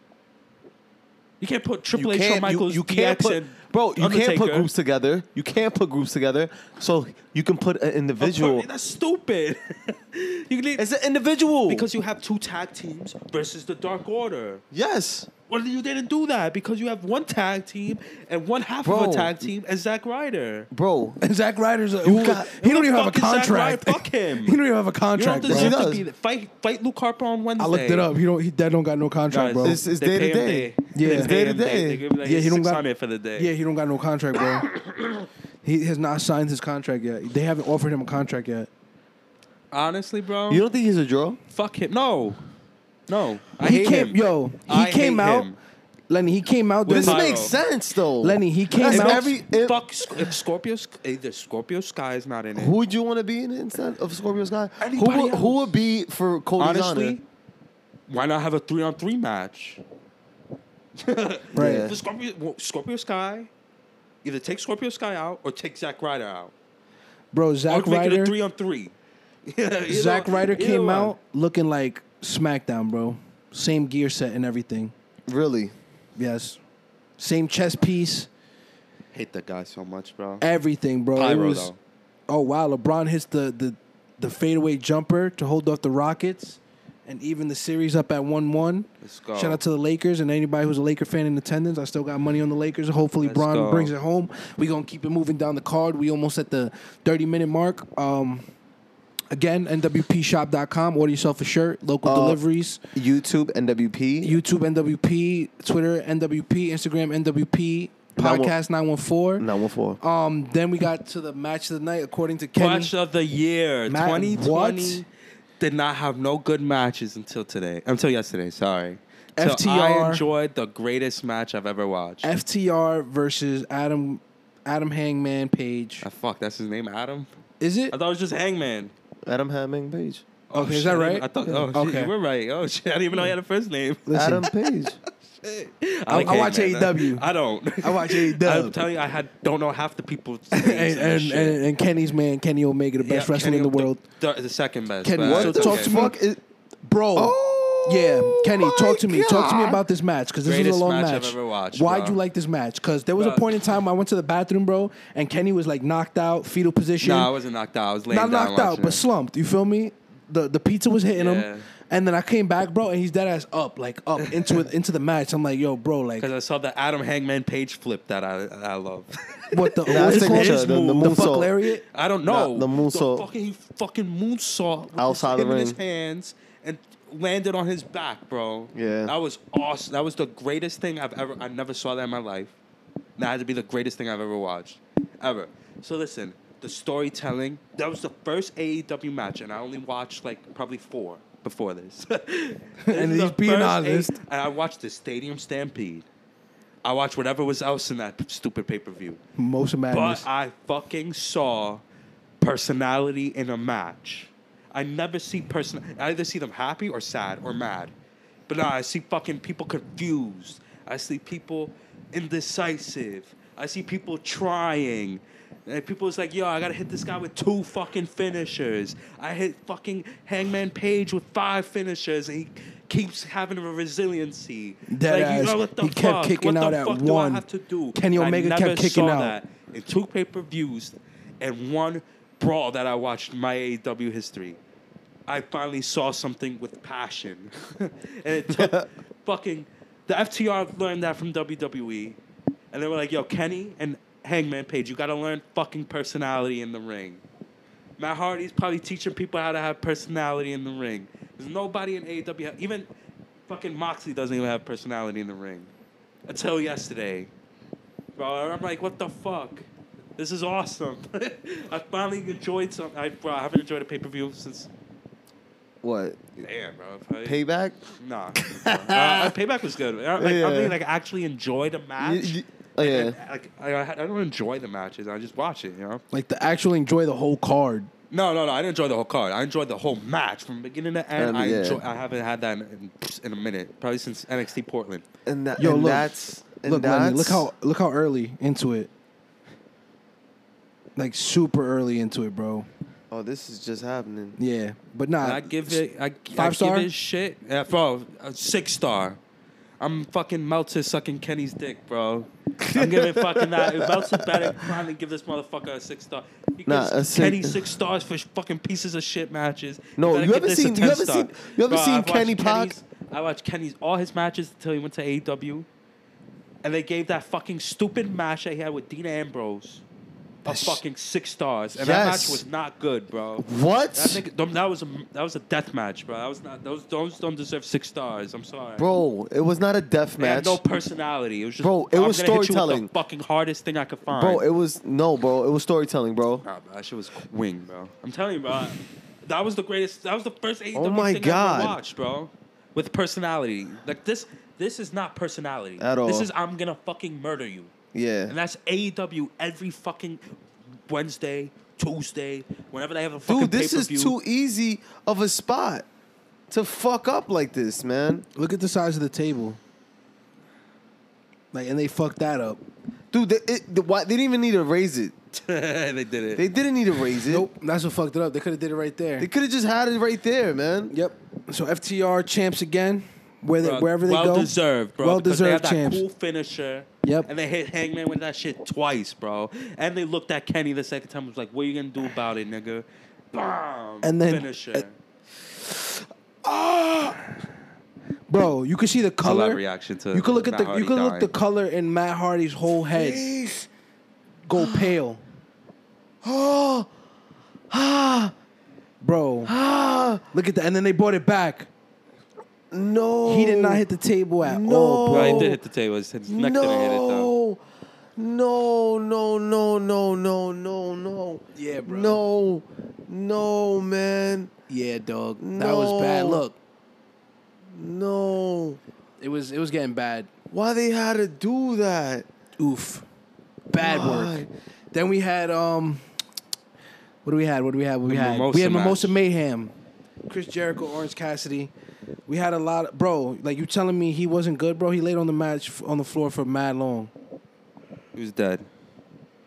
You can't put Triple H, Shawn Michaels, DX,
put,
and
bro. You can't
Undertaker.
put groups together. You can't put groups together. So you can put an individual.
That's stupid. you need,
It's an individual.
because you have two tag teams versus the Dark Order.
yes,
Well, you didn't do that because you have one tag team and one half of
Bro.
a tag team and Zack Ryder.
bro.
And Zack Ryder's a,
got-
he don't even have a
Fuck is Zack Ryder.
contract.
Fuck him.
he don't even have a
You don't
contract, bro.
He
deserve to
does.
be there. Fight, fight Luke Harper on Wednesday.
I looked it up. He don't. He that don't got no contract,
Guys,
bro.
It's- it's
they
day to
pay him
day.
Yeah.
They
It's
pay
day
him
to day.
They give him like
Yeah, he don't got-
600 for the day.
yeah, he don't got no contract, bro. he has not signed his contract yet. They haven't offered him a contract yet.
Honestly, bro.
You don't think he's a draw?
Fuck him. No. No. I
he
hate
came,
him.
yo. He
I
came
hate
out,
him.
Lenny. He came out.
This
during-
Pyro.
makes sense though.
Lenny, he came
That's
out-
Every, if,
Fuck Sc- if Scorpio Sk- either Scorpio Sky is not in it.
Who would you want to be in instead of Scorpio Sky? Who
Anybody
would, who
else.
would be for Cody's honor?
Honestly, why not have a three on three match?
Right.
Yeah.
For Scorpio, well, Scorpio Sky, either take Scorpio Sky out or take Zack Ryder out.
Bro,
Or
Zack
make it
Ryder.
a three on three. Either-
Zack Ryder
either
came
one.
out looking like SmackDown, bro. Same gear set and everything.
Really?
Yes. Same chess piece,
Hate that guy so much, bro.
everything, bro. It
Pyro,
was-
though.
oh wow, LeBron hits the, the the fadeaway jumper to hold off the Rockets and even the series up at one one.
Let's go.
Shout out to the Lakers and anybody who's a Laker fan in attendance. I still got money on the Lakers. Hopefully,
Let's
Bron
go.
brings it home. We're going to keep it moving down the card. We almost at the 30 minute mark. Um, again, NWPshop.com. Order yourself a shirt, local
Uh,
deliveries.
YouTube NWP.
YouTube NWP, Twitter NWP, Instagram NWP,
Nine one-
podcast 914.
Not one four.
Um, then we got to the match of the night, according to Kenny.
Match of the year
Ma-
2020
what?
did not have no good matches until today. Until yesterday, sorry. Till
FTR.
I enjoyed the greatest match I've ever watched.
FTR versus Adam Adam Hangman Page.
Ah, fuck, that's his name, Adam.
Is it?
I thought it was just Hangman.
Adam Hamming Page.
Oh,
Okay, is that
shit,
right?
I thought. Oh,
Okay.
shit, you were right. Oh shit, I didn't even know he had a first name.
Adam Page.
I, like
I watch
Hangman, though.
AEW.
I don't.
I watch AEW.
I'm telling you, I had don't know half the people.
and, and, and, and Kenny's man, Kenny Omega, the best wrestler in the world.
The, the second best.
Kenny,
but
what
it's
the
okay.
talk to me.
is,
Bro. yeah, Kenny,
Oh my
talk to me. Talk to me
God.
about this match because this is
Greatest
a long
match
match.
I've ever watched,
Why'd
bro.
you like this match? Because there was a
Bro.
point in time I went to the bathroom, bro, and Kenny was like knocked out, fetal position.
No, I wasn't knocked out. I was laying
not
down
knocked out,
watching
but
it.
slumped. You feel me? The the pizza was hitting
Yeah.
him, and then I came back, bro, and he's dead ass up, like up into it, into the match. I'm like, yo, bro, like
Because I saw the Adam Hangman page flip that I I love.
what the
Nah,
what's
it's
it called?
his
the,
move.
fuck
moonsault.
lariat?
I don't know.
Nah, the moonsault.
The fucking, he fucking moonsault. with
Outside
his,
the
him in his
ring.
hands and landed on his back, bro.
Yeah.
That was awesome. That was the greatest thing I've ever. I never saw that in my life. That had to be the greatest thing I've ever watched, ever. So listen, the storytelling. That was the first AEW match, and I only watched like probably four before this. and
he's being honest.
and I watched the Stadium Stampede. I watched whatever was else in that stupid pay per view.
Most madness.
But I fucking saw personality in a match. I never see person. I either see them happy or sad or mad. But no, I see fucking people confused. I see people indecisive. I see people trying. And people's like, yo, I gotta hit this guy with two fucking finishers. I hit fucking Hangman Page with five finishers, and he keeps having a resiliency.
Dead ass. He kept kicking
what
out
the
at
fuck
one.
Do I have to do?
Kenny
And I
Omega kept
never
kicking
saw
out.
That in two pay per views and one brawl that I watched in my AEW history. I finally saw something with passion. and it took fucking the FTR learned that from WWE. And they were like, yo, Kenny and Hangman Page, you gotta learn fucking personality in the ring. Matt Hardy's probably teaching people how to have personality in the ring. There's nobody in AEW, ha- even fucking Moxley doesn't even have personality in the ring until yesterday. Bro, and I'm like, what the fuck? This is awesome. I finally enjoyed some. I, bro, I haven't enjoyed a pay per view since.
What?
Damn, bro. Probably,
Payback?
nah. Uh, payback was good. I, like,
Yeah.
I mean, like, I actually enjoyed a
You-
match.
you- oh, yeah.
And, like, I, I don't enjoy the matches. I just watch it, you know?
like the actual enjoy the whole card.
No, no, no. I didn't enjoy the whole card. I enjoyed the whole match from beginning to end.
Um,
I
yeah.
enjoy, I haven't had that in, in a minute, probably since NXT Portland.
And, that,
Yo,
and
look.
that's. And
Look,
that's,
Lenny, look how look how early into it. Like super early into it, bro.
Oh, this is just happening.
Yeah, but nah.
I give it I, I
Five star?
give it shit. Yeah, bro, a six star. I'm fucking Meltzer sucking Kenny's dick, bro. I'm giving fucking that. If Meltzer better finally give this motherfucker a six star. Because
Nah, a six-
Kenny six stars for fucking pieces of shit matches.
No,
better
you
give
haven't
this a
seen- you
10
haven't
star.
seen- you haven't seen
I've watched
Kenny Pac?
Kenny's- I watched Kenny's all his matches until he went to AEW, and they gave that fucking stupid match that he had with Dean Ambrose a fucking six stars, and that
Yes.
match was not good, bro.
What?
That, nigga, them- that was a that was a death match, bro. That was not those those don't deserve six stars. I'm sorry,
Bro, it was not a death
They had
match.
no personality. It was just
Bro, it
I'm
was
gonna hit you with
storytelling.
the fucking hardest thing I could find.
Bro, it was. No, bro. It was storytelling, bro.
nah, bro, that shit was wing, bro. I'm telling you, bro. That was the greatest. That was the first AEW
Oh my
thing I
God.
ever watched, bro. With personality, like this. This is not personality
At all.
This is I'm gonna fucking murder you. And
Yeah.
that's AEW every fucking Wednesday, Tuesday, whenever they have a fucking
Dude, this is
pay-per-view.
too easy of a spot to fuck up like this, man.
look at the size of the table. Like, and they fucked that up.
Dude, they, it, the, why, they didn't even need to raise it.
they did it.
They didn't need to raise it.
Nope, that's what fucked it up. They could have did it right there.
They could have just had it right there, man.
Yep. So FTR champs again, where they,
Bro,
wherever they
well
go.
deserved, bro.
Well
because they had
deserved
that
champs.
Cool finisher.
Yep.
And they hit Hangman with that shit twice, bro. And they looked at Kenny the second time. Was like, "What you gonna do about it, nigga?" Bam.
And then-
finisher.
Bro, you could see the color.
live reaction to
you could look at
Matt
the
Hardy
you could look
dying.
the color in Matt Hardy's whole head go pale. Bro, look at that, and then they brought it back.
No.
He did not hit the table at
No.
all, bro.
Bro, he did hit the table. His his neck didn't hit it though.
No. No, no, no, no, no, no, no.
Yeah, bro.
No. No, man.
Yeah, dog, that was bad.
No.
Look,
No.
it was it was getting bad.
Why they had to do that?
Oof, bad work.
Why?
Then we had um, what do we had? What do we had? What we
The
had?
Mimosa
we had
match.
Mimosa Mayhem, Chris Jericho, Orange Cassidy. We had a lot, of, bro. Like you telling me he wasn't good, bro. He laid on the match on the floor for mad long.
He was dead.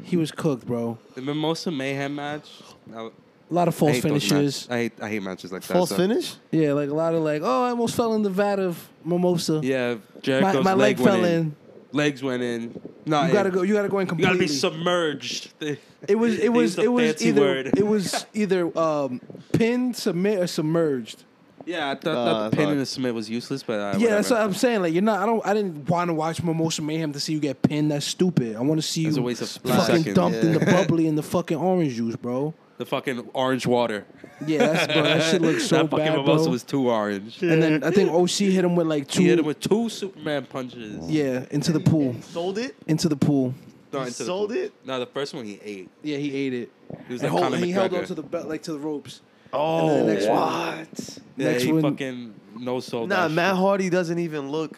He was cooked, bro.
The Mimosa Mayhem match. I,
A lot of
I
false
hate those
finishes.
match- I hate I hate matches like
False
that. so-
finish?
Yeah, like a lot of like, oh, I almost fell in the vat of mimosa.
Yeah, Jericho's
my leg
went
fell in.
Legs went in. No,
You gotta go. You gotta go in
You gotta
completely.
be submerged.
It was. It was.
a
It was
fancy
either.
word.
It was either um, pinned, submit, or submerged.
Yeah, I thought
Uh,
that the pin
thought-
in the submit was useless, but uh,
Yeah, that's what
whatever.
I'm saying. Like you're not. I don't. I didn't want to watch Mimosa Mayhem to see you get pinned. That's stupid. I want to see
That's
you
a waste of split
fucking
second,
dumped in the
yeah.
bubbly in the fucking orange juice, bro.
the fucking orange water.
Yeah, that's, bro, that shit looks so
that fucking
bad,
mimosa
bro.
was too orange.
and then I think OC hit him with like two.
He hit him with two Superman punches.
yeah, into the pool.
Sold it?
Into the pool.
No,
He
into the-
sold it?
No, the first one he ate.
Yeah, he ate it.
He was
And
like
hold-
Conor
he held
McGregor.
on to the belt, like to the ropes.
Oh,
And then the next one.
what?
yeah,
next
he
one-
fucking no sold.
Nah,
that
Matt
shit.
Hardy doesn't even look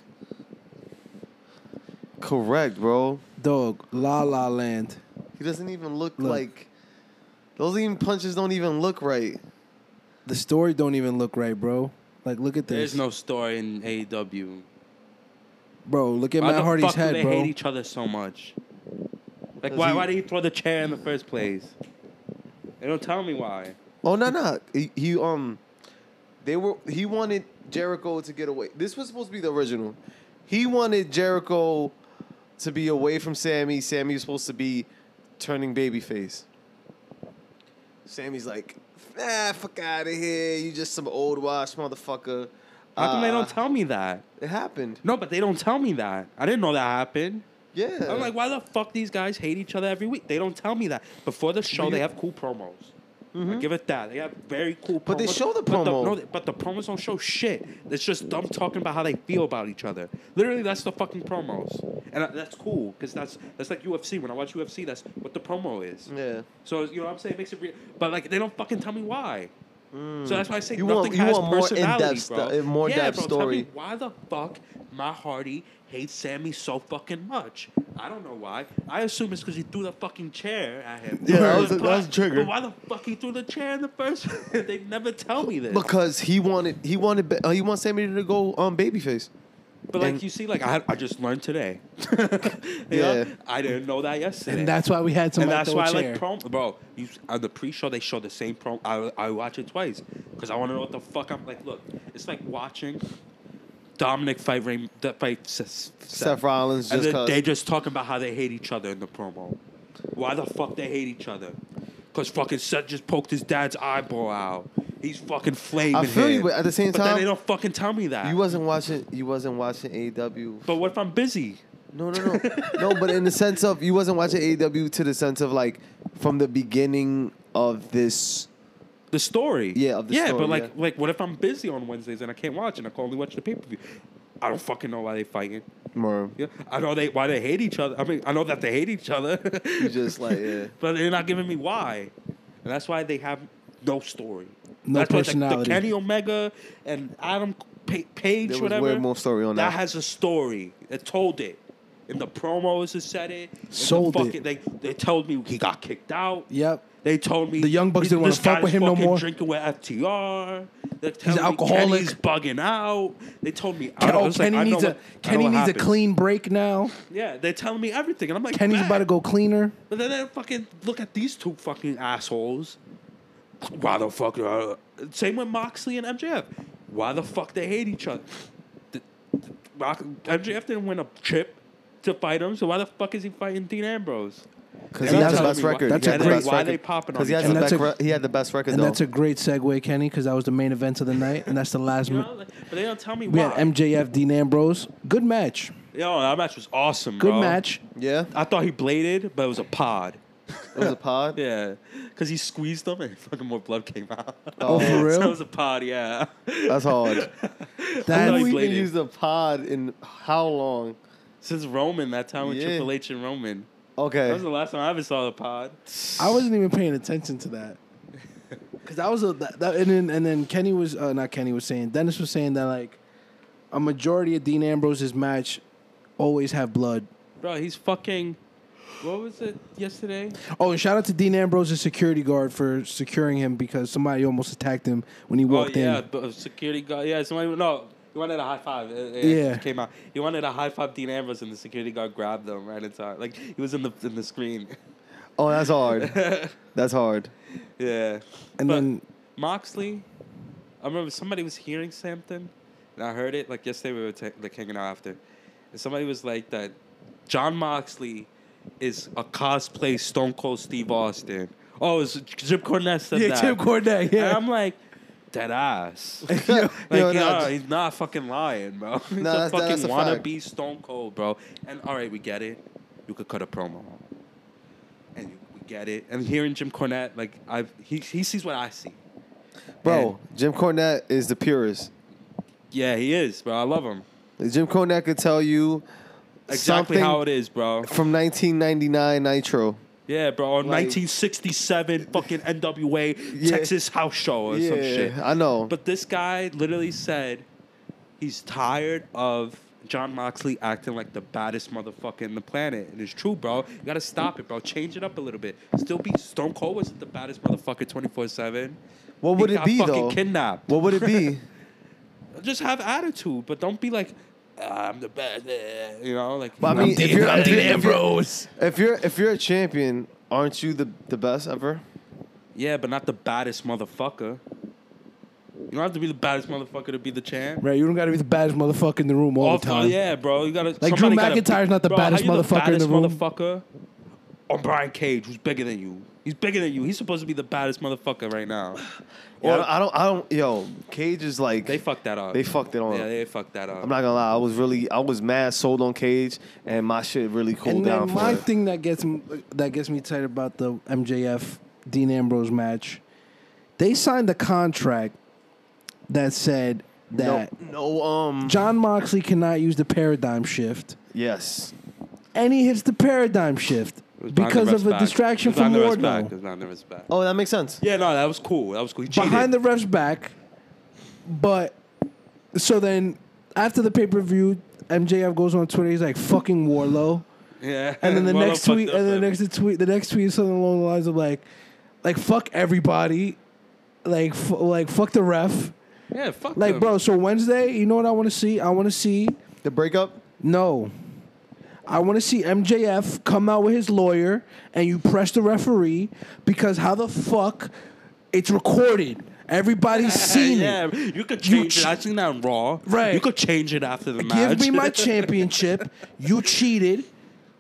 correct, bro.
Dog, La La Land.
He doesn't even look,
Look.
like those even punches don't even look right.
The story don't even look right, bro. Like look at this,
There's no story in AEW.
bro. Look at
Why
Matt
the
Hardy's
fuck do
head,
they
bro.
hate each other so much? Like,
'Cause
why,
he-
why did he throw the chair in the first place? They don't tell me why.
Oh no no. He, he um they were he wanted Jericho to get away. This was supposed to be the original. He wanted Jericho to be away from Sammy. Sammy was supposed to be turning babyface. Sammy's like, ah, fuck out of here. You just some old wash motherfucker.
How come they
Uh,
don't tell me that?
It happened.
No, but they don't tell me that. I didn't know that happened.
Yeah.
I'm like, why the fuck these guys hate each other every week? They don't tell me that. Before the show, they have cool promos. I give it that. They have very cool promos.
Mm-hmm. But they show the
But
promo.
no, they- but the promos don't show shit. It's just them talking about how they feel about each other. Literally, that's the fucking promos. And I- that's cool, because that's, that's like UFC. When I watch UFC, that's what the promo is.
Yeah.
So, you know what I'm saying? It makes it real. But, like, they don't fucking tell me why. So that's why I say
You
nothing
want- you
has
want more in-depth
personality, bro.
stu- more
yeah,
depth
bro, Tell
story.
me why the fuck my Hardy hates Sammy so fucking much? I don't know why. I assume it's because he threw the fucking chair at him.
Yeah, that
But-
was a- that was a trigger.
But why the fuck he threw the chair in the first? they never tell me this.
Because he wanted he wanted uh, he wants Sammy to go um babyface.
but like
and-
you see, like I, I just learned today. yeah,
Yeah.
I didn't know that yesterday.
And that's why we had
And
somebody
that's
throw
why
a
I
chair.
like promo, bro. You, on the pre-show, they show the same promo. I, I watch it twice because I want to know what the fuck I'm like. Look, it's like watching Dominic fight Ray, that fight Seth,
Seth Rollins
and
just
then
cause.
they just talking about how they hate each other in the promo. Why the fuck they hate each other? Because fucking Seth just poked his dad's eyeball out. He's fucking flaming.
I feel you,
him.
but at the same
but then
time,
they don't fucking tell me that.
you wasn't watching you wasn't watching E AEW.
but what if I'm busy?
No, no, no. no, but in the sense of you wasn't watching AEW to the sense of like from the beginning of this
The story.
Yeah, of the
yeah,
story,
but like,
yeah.
like, what if I'm busy on Wednesdays and I can't watch and I can only watch the pay per view? I don't fucking know why they fighting.
more
Yeah, I know they why they hate each other. I mean, I know that they hate each other.
you just like yeah.
but they're not giving me why, and that's why they have no story,
No
That's why, like,
personality.
the Kenny Omega and Adam pa- Page,
There was
whatever.
way more story on that.
has a story. It told it. In the promos, it said it. In the
Sold it.
fucking- They they told me he got kicked out.
Yep.
They told me
The Young Bucks
he-
didn't wanna
this
fuck
guy
with him no
fucking
more.
Drinking with FTR. They're telling me
alcoholic.
Kenny's bugging out. They told me. I,
Ken-
I
oh,
was like,
Kenny
I know
needs a
what- I know
Kenny
what
needs a
happened.
clean break now.
Yeah, they're telling me everything, and I'm like,
Kenny's
"Bet."
about to go cleaner.
But then they fucking look at these two fucking assholes. Why the fuck? uh, Same with Moxley and MJF. Why the fuck they hate each other? Th- th- Mox- MJF didn't win a chip to fight him, so why the fuck is he fighting Dean Ambrose?
Because
He
They're
has the
telling
best
me why-
record.
That's
He
a
had the
great-
best
why
record.
they popping on
Because he,
each
has
And
the
that's
back
a-
re- he had the best record,
and
though.
that's a great segue, Kenny, because that was the main event of the night, and that's the last.
You
ma-
know, like, but they don't tell me
we
why.
had MJF, Dean Ambrose. Good match.
Yo, that match was awesome.
Good
bro.
match.
yeah,
I thought he bladed, but it was a pod.
it was a pod.
Yeah, because he squeezed them and fucking more blood came out.
Oh, for
so it
real?
was a pod. Yeah.
That's hard.
That-
Who
Like-
even
Bladed.
used a pod in how long?
Since Roman, that time with
Yeah.
Triple H and Roman. That
Okay.
was the last time I ever saw the pod.
I wasn't even paying attention to that. Cause that was a that, that- and then and then Kenny was uh, not Kenny was saying Dennis was saying that like a majority of Dean Ambrose's match always have blood.
Bro, he's fucking. What was it yesterday?
Oh, and shout out to Dean Ambrose's security guard for securing him because somebody almost attacked him when he walked
oh, yeah,
in.
but security guard. Yeah, somebody. No, he wanted a high five. It, it
Yeah.
just came out. He wanted a high five Dean Ambrose, and the security guard grabbed him right in time. Like, he was in the in the screen.
Oh, that's hard. that's hard.
Yeah.
And
But
then
Moxley, I remember somebody was hearing something, and I heard it like yesterday. We were ta- like hanging out after, and somebody was like that. John Moxley is a cosplay Stone Cold Steve Austin. Oh, it was Jim Cornette said
yeah,
that.
Jim Cornette.
And
Yeah,
I'm like, dead ass. like,
Yo, yo,
nah,
nah,
he's not fucking lying, bro. He's
Nah,
a
that's-
fucking
that's a fact.
wannabe Stone Cold, bro. And all right, we get it. You could cut a promo. And you, we get it. And hearing Jim Cornette, like, I've, he, he sees what I see.
bro, Jim Cornette is the purist.
Yeah, he is, bro. I love him.
Jim Cornette could tell you
Exactly
something
how it is, bro.
from 1999 Nitro.
Yeah, bro. On
Like-
1967 fucking NWA
Yeah.
Texas house show or some shit.
I know.
But this guy literally said he's tired of John Moxley acting like the baddest motherfucker in the planet. And it's true, bro. You gotta stop it, bro. Change it up a little bit. Still be Stone Cold wasn't the baddest motherfucker 24 7.
what would
he
it
got
be
fucking
though?
Kidnapped.
What would it be?
Just have attitude, but don't be like, "Ah, I'm the best. eh," You know, like.
Well, I mean, if you're, if, you're, if, you're,
Ambrose.
if you're if you're a champion, aren't you the the best ever?
Yeah, but not the baddest motherfucker. You don't have to be the baddest motherfucker to be the champ.
Right, you don't got to be the baddest motherfucker in the room all
Off-
the time.
yeah, bro. You gotta
Drew
somebody gotta
McIntyre's not the
Bro, how
baddest
you
motherfucker in the
baddest
room?
Motherfucker on Brian Cage, who's bigger than you. He's bigger than you. He's supposed to be the baddest motherfucker right now.
Or I don't I don't yo Cage is like
They fucked that up.
They fucked it on.
Yeah, they fucked that up.
I'm not gonna lie, I was really I was mad sold on Cage, and my shit really cooled
and
down.
then
for
my
it.
thing that gets m- that gets me tight about the MJF Dean Ambrose match, they signed a contract that said that
no, no, um,
John Moxley cannot use the paradigm shift,
yes,
and he hits the paradigm shift
It was behind the
because
ref's
of a
back.
distraction
It was
from
behind the ref's back. It
Wardlow.
was behind the ref's back.
oh, that makes sense.
Yeah, no, that was cool. That was cool. He cheated.
Behind the ref's back, but so then after the pay per view, MJF goes on Twitter. He's like, "Fucking Warlow."
yeah.
And then the
Well,
next
fucked
tweet,
up
and the
then.
next tweet, the next tweet is something along the lines of like, like fuck everybody, like f- like fuck the ref,
Yeah, fuck.
like
them.
bro. So Wednesday, you know what I want to see? I want to see
The breakup,
no, I want to see MJF come out with his lawyer and you press the referee because how the fuck it's recorded. Everybody's seen
yeah,
it.
you could
You
change
ch-
it. I seen that on Raw.
Right.
You could change it after the match.
Give me my championship. You cheated.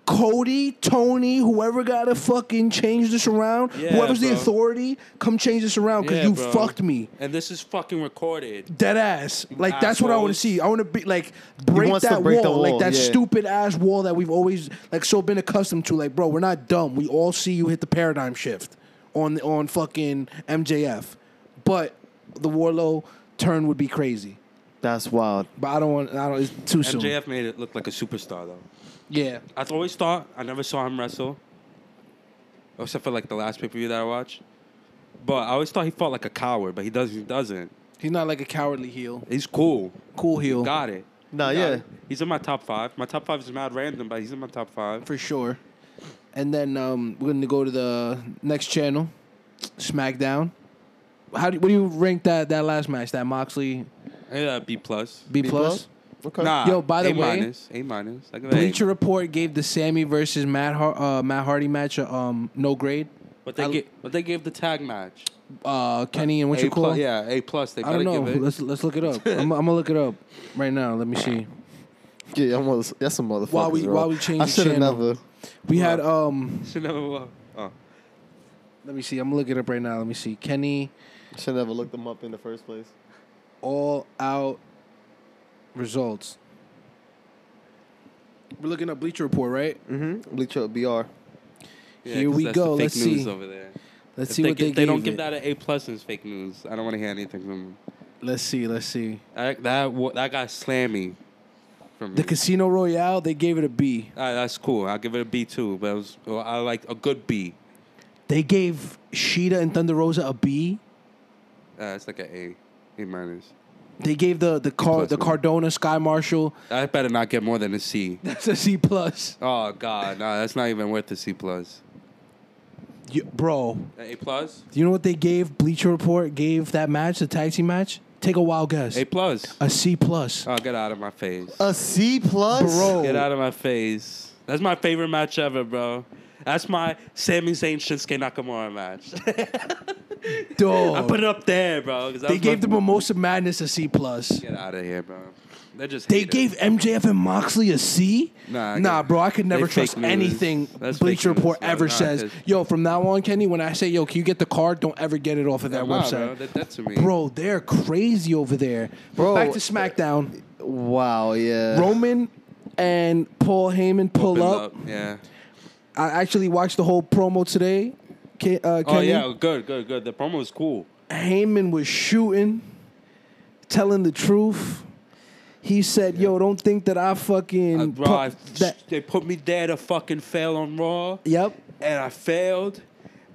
Cody, Tony, whoever got to fucking change this around,
Yeah,
whoever's the
bro.
authority, come change this around because
Yeah,
you
bro.
fucked me.
And this is fucking recorded.
Dead ass. Like, that's what I want
assholes.
to see. I want to be like, break
wants to
that
break the
wall, Like,
wall,
that
yeah.
stupid ass wall that we've always, like, so been accustomed to. Like, bro, we're not dumb. We all see you hit the paradigm shift on, on fucking MJF. But the Warlow turn would be crazy.
that's wild.
But I don't want, I don't, it's too soon.
MJF made it look like a superstar though.
Yeah.
I've always thought I never saw him wrestle, except for like the last pay per view that I watched. But I always thought he fought like a coward, but he does. He doesn't.
He's not like a cowardly heel.
He's cool.
Cool heel. Uh,
Got it.
Nah,
Got
yeah.
it. He's in my top five. My top five is mad random, but he's in my top five.
for sure. And then um, we're going to go to the next channel, SmackDown. How do, what do you rank that that last match? That Moxley
Yeah, uh, B plus.
B,
B
plus?
plus? Okay.
Nah,
Yo, by the
A
way,
minus, A minus. I give it an A.
Bleacher Report gave the Sammy versus Matt Har- uh, Matt Hardy match a um, no grade.
But they
I-
gave, but they gave the tag match.
Uh, Kenny and what
a
you call?
plus, yeah, A plus. They
I
better
don't know.
give it.
Let's let's look it up. I'm, I'm gonna look it up right now. Let me see.
Yeah, I'm a, that's a motherfucker.
While we-
bro.
while we change
I
the
should have
channel.
never.
We had um.
Should never walk. Oh.
Let me see. I'm gonna look it up right now. Let me see. Kenny
Should never looked them up in the first place.
all out results. We're looking at Bleacher Report, right?
Mm-hmm. Bleacher BR.
Yeah,
Here
'cause
we
that's the
go.
fake
Let's
news
see.
Over there.
Let's
If
see
they,
what
gi-
they,
they don't
gave
give
it.
that an A plus is fake news. I don't want to hear anything from them.
Let's see. Let's see.
That that, wa- that got slammy from
The
me.
Casino Royale, they gave it a B.
All right, Uh, that's cool. I'll give it a B too, but it was, well, I like a good B.
They gave Sheeta and Thunder Rosa a B.
Uh, it's like a A, A minus.
They gave the the car
Plus
the
one.
Cardona Sky Marshall.
I better not get more than a C.
That's a C plus.
Oh God, no, that's not even worth a C plus.
You- bro,
A plus,
you know what they gave Bleacher Report gave that match the tag team match? Take a wild guess.
A
A,
plus.
C plus.
Oh, get out of my face.
A C plus.
Bro.
Get out of my face. That's my favorite match ever, bro. That's my Sami Zayn Shinsuke Nakamura match. I
Dog.
put it up there, bro. 'cause that
Oh. They
was
gave
my-
the Mimosa Madness a C plus.
Get out of here, bro. They just
They
haters.
gave MJF and Moxley a C?
Nah, I
nah,
get it.
bro, I could never
They fake
trust
news.
anything
That's fake
Bleacher
news,
Report
bro.
ever
Nah,
says.
'cause-
Yo, from now on, Kenny, when I say, yo, can you get the card? Don't ever get it off of that
Nah, Bro,
website.
that, that to me.
Bro, they're crazy over there. Bro,
Bro,
back to SmackDown.
Wow. Yeah.
Roman and Paul Heyman pull
Opens
up.
Yeah.
I actually watched the whole promo today. Ke- uh, Kenny
Oh yeah, good, good, good. The promo was cool.
Heyman was shooting, telling the truth. He said, "Yo, don't think that I fucking
Uh, bro,
pu-
I-
Um, that."
they put me there to fucking fail on Raw.
Yep.
and I failed,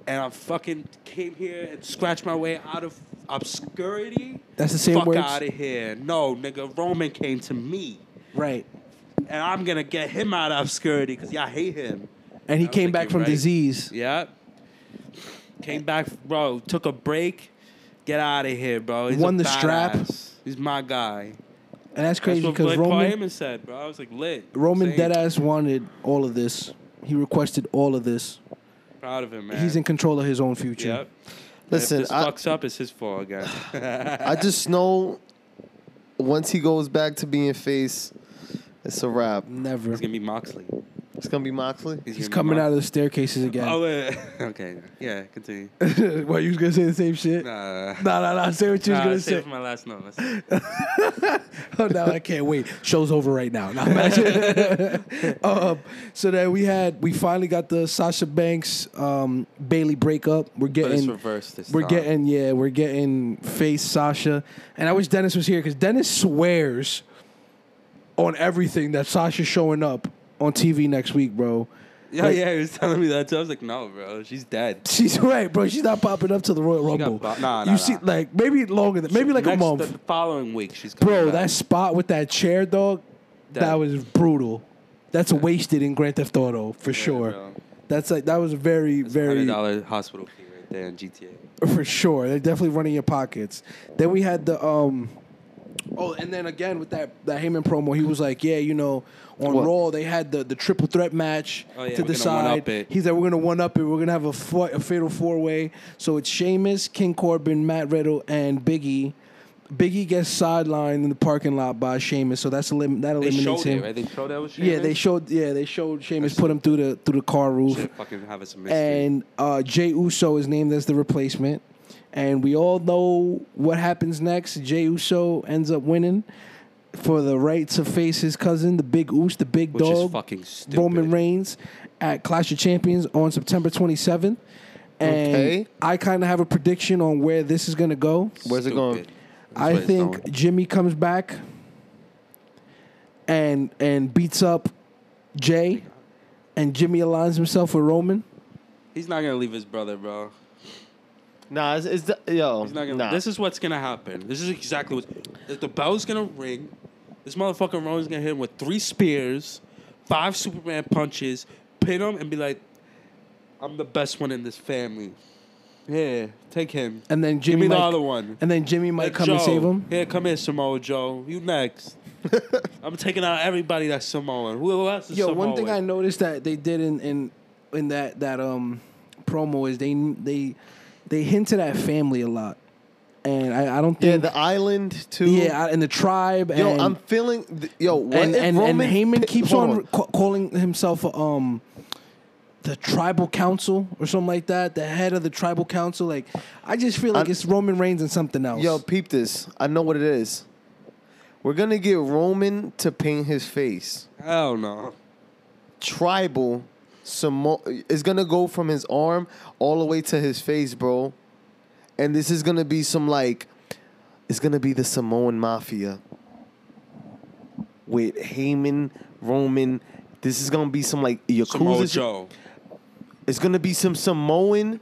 and I fucking came here and scratched my way out of obscurity.
That's the same
Fuck
words?
out of here. No, nigga, Roman came to me,
Right.
and I'm gonna get him out of obscurity because y'all hate him.
And he
I
came
think
back
you're
from
right.
disease.
Yeah. Came back, bro. Took a break. Get out of here, bro. He's
Won
a
the strap.
badass. He's my guy.
And that's
That's
crazy
what
because
Blake Paul
Roman
Heyman said, bro. I was like lit.
Roman
Same.
deadass wanted all of this. He requested all of this.
Proud of him, man.
He's in control of his own future.
Yep.
Listen,
if this
I-
fucks up, it's his fault again.
I just know once he goes back to being face, it's a wrap.
Never.
it's gonna be Moxley.
It's gonna be Moxley.
He's coming out of the staircases again.
Oh wait. okay. Yeah. Continue.
what you was gonna say the same shit?
Nah.
Nah, nah, nah. Say what you was
nah,
gonna
save
say.
for my last note. Let's-
oh, now I can't wait. Show's over right now. Now imagine. um, so then we had we finally got the Sasha Banks um, Bailey breakup. We're
But it's
getting
Oh, reversed this
we're
time.
getting yeah we're getting face Sasha, and I wish Dennis was here because Dennis swears on everything that Sasha's showing up on TV next week, bro.
Yeah, yeah. He was telling me that too. I was like, no, bro. She's dead.
She's right, bro. She's not popping up to the Royal
got
Rumble.
bo- nah,
you
nah,
see,
nah.
like maybe longer than maybe like a
Next-
month.
The, the following week, she's coming
Bro,
back.
that spot with that chair, dog, that,
That-
was brutal. That's wasted in Grand Theft Auto for sure.
bro.
That's like that was very,
hundred
very
dollar hospital fee right there in GTA.
for sure. They're definitely running your pockets. Then we had the um. Oh, and then again with that that Heyman promo, he was like, "Yeah, you know, on
What?
Raw they had the, the triple threat match
Oh, yeah,
to
we're
the
gonna one-up
side.
it.
He's like, we're gonna one up it. We're gonna have a, fo- a fatal four way. So it's Sheamus, King Corbin, Matt Riddle, and Biggie. Biggie gets sidelined in the parking lot by Sheamus, so that's elim- that
They
eliminates
showed it,
him.
right? They showed that was
yeah, they
Sheamus?
showed yeah they showed Sheamus put him through the through the car roof
Should fucking have us a mystery.
and uh, Jay Uso is named as the replacement. And we all know what happens next. Jay Uso ends up winning for the right to face his cousin, the Big Oos, the Big
Which is
Dog,
fucking stupid.
Roman Reigns, at Clash of Champions on September 27th. And
Okay.
I kind of have a prediction on where this is going to go.
Where's it going?
Stupid. That's
I
where it's
think
going.
Jimmy comes back and and beats up Jay, and Jimmy aligns himself with Roman.
he's not gonna leave his brother, bro.
Nah, it's, it's the, yo.
He's not gonna.
nah.
This is what's gonna happen. This is exactly what. If the bell's gonna ring, this motherfucker Roman's gonna hit him with three spears, five Superman punches, pin him, and be like, "I'm the best one in this family." Here, take him.
And then
Give
Jimmy
me the
might,
other one.
And then Jimmy might
Hey,
come and
Joe.
save him.
Here, come here, Samoa Joe. You next. I'm taking out everybody that's Samoan. Who else is
Yo,
Samoan?
one thing I noticed that they did in in, in that that um promo is they they they hinted at family a lot, and I, I don't
Yeah,
think
the island too.
yeah I- and the tribe and
Yo, I'm feeling. th- Yo, what
and
if
and, and
Roman
Heyman
Pi-
keeps
hold
on ca- calling himself um the tribal council or something like that, the head of the tribal council. Like I just feel like
I'm-
it's Roman Reigns and something else.
Yo, peep this. I know what it is. We're gonna get Roman to paint his face.
Hell no.
Tribal Samo is gonna go from his arm all the way to his face, bro. And this is gonna be some like it's gonna be the Samoan mafia. With Heyman, Roman. This is gonna be some like Yakuza.
Samoa
shit.
Joe.
It's gonna be some Samoan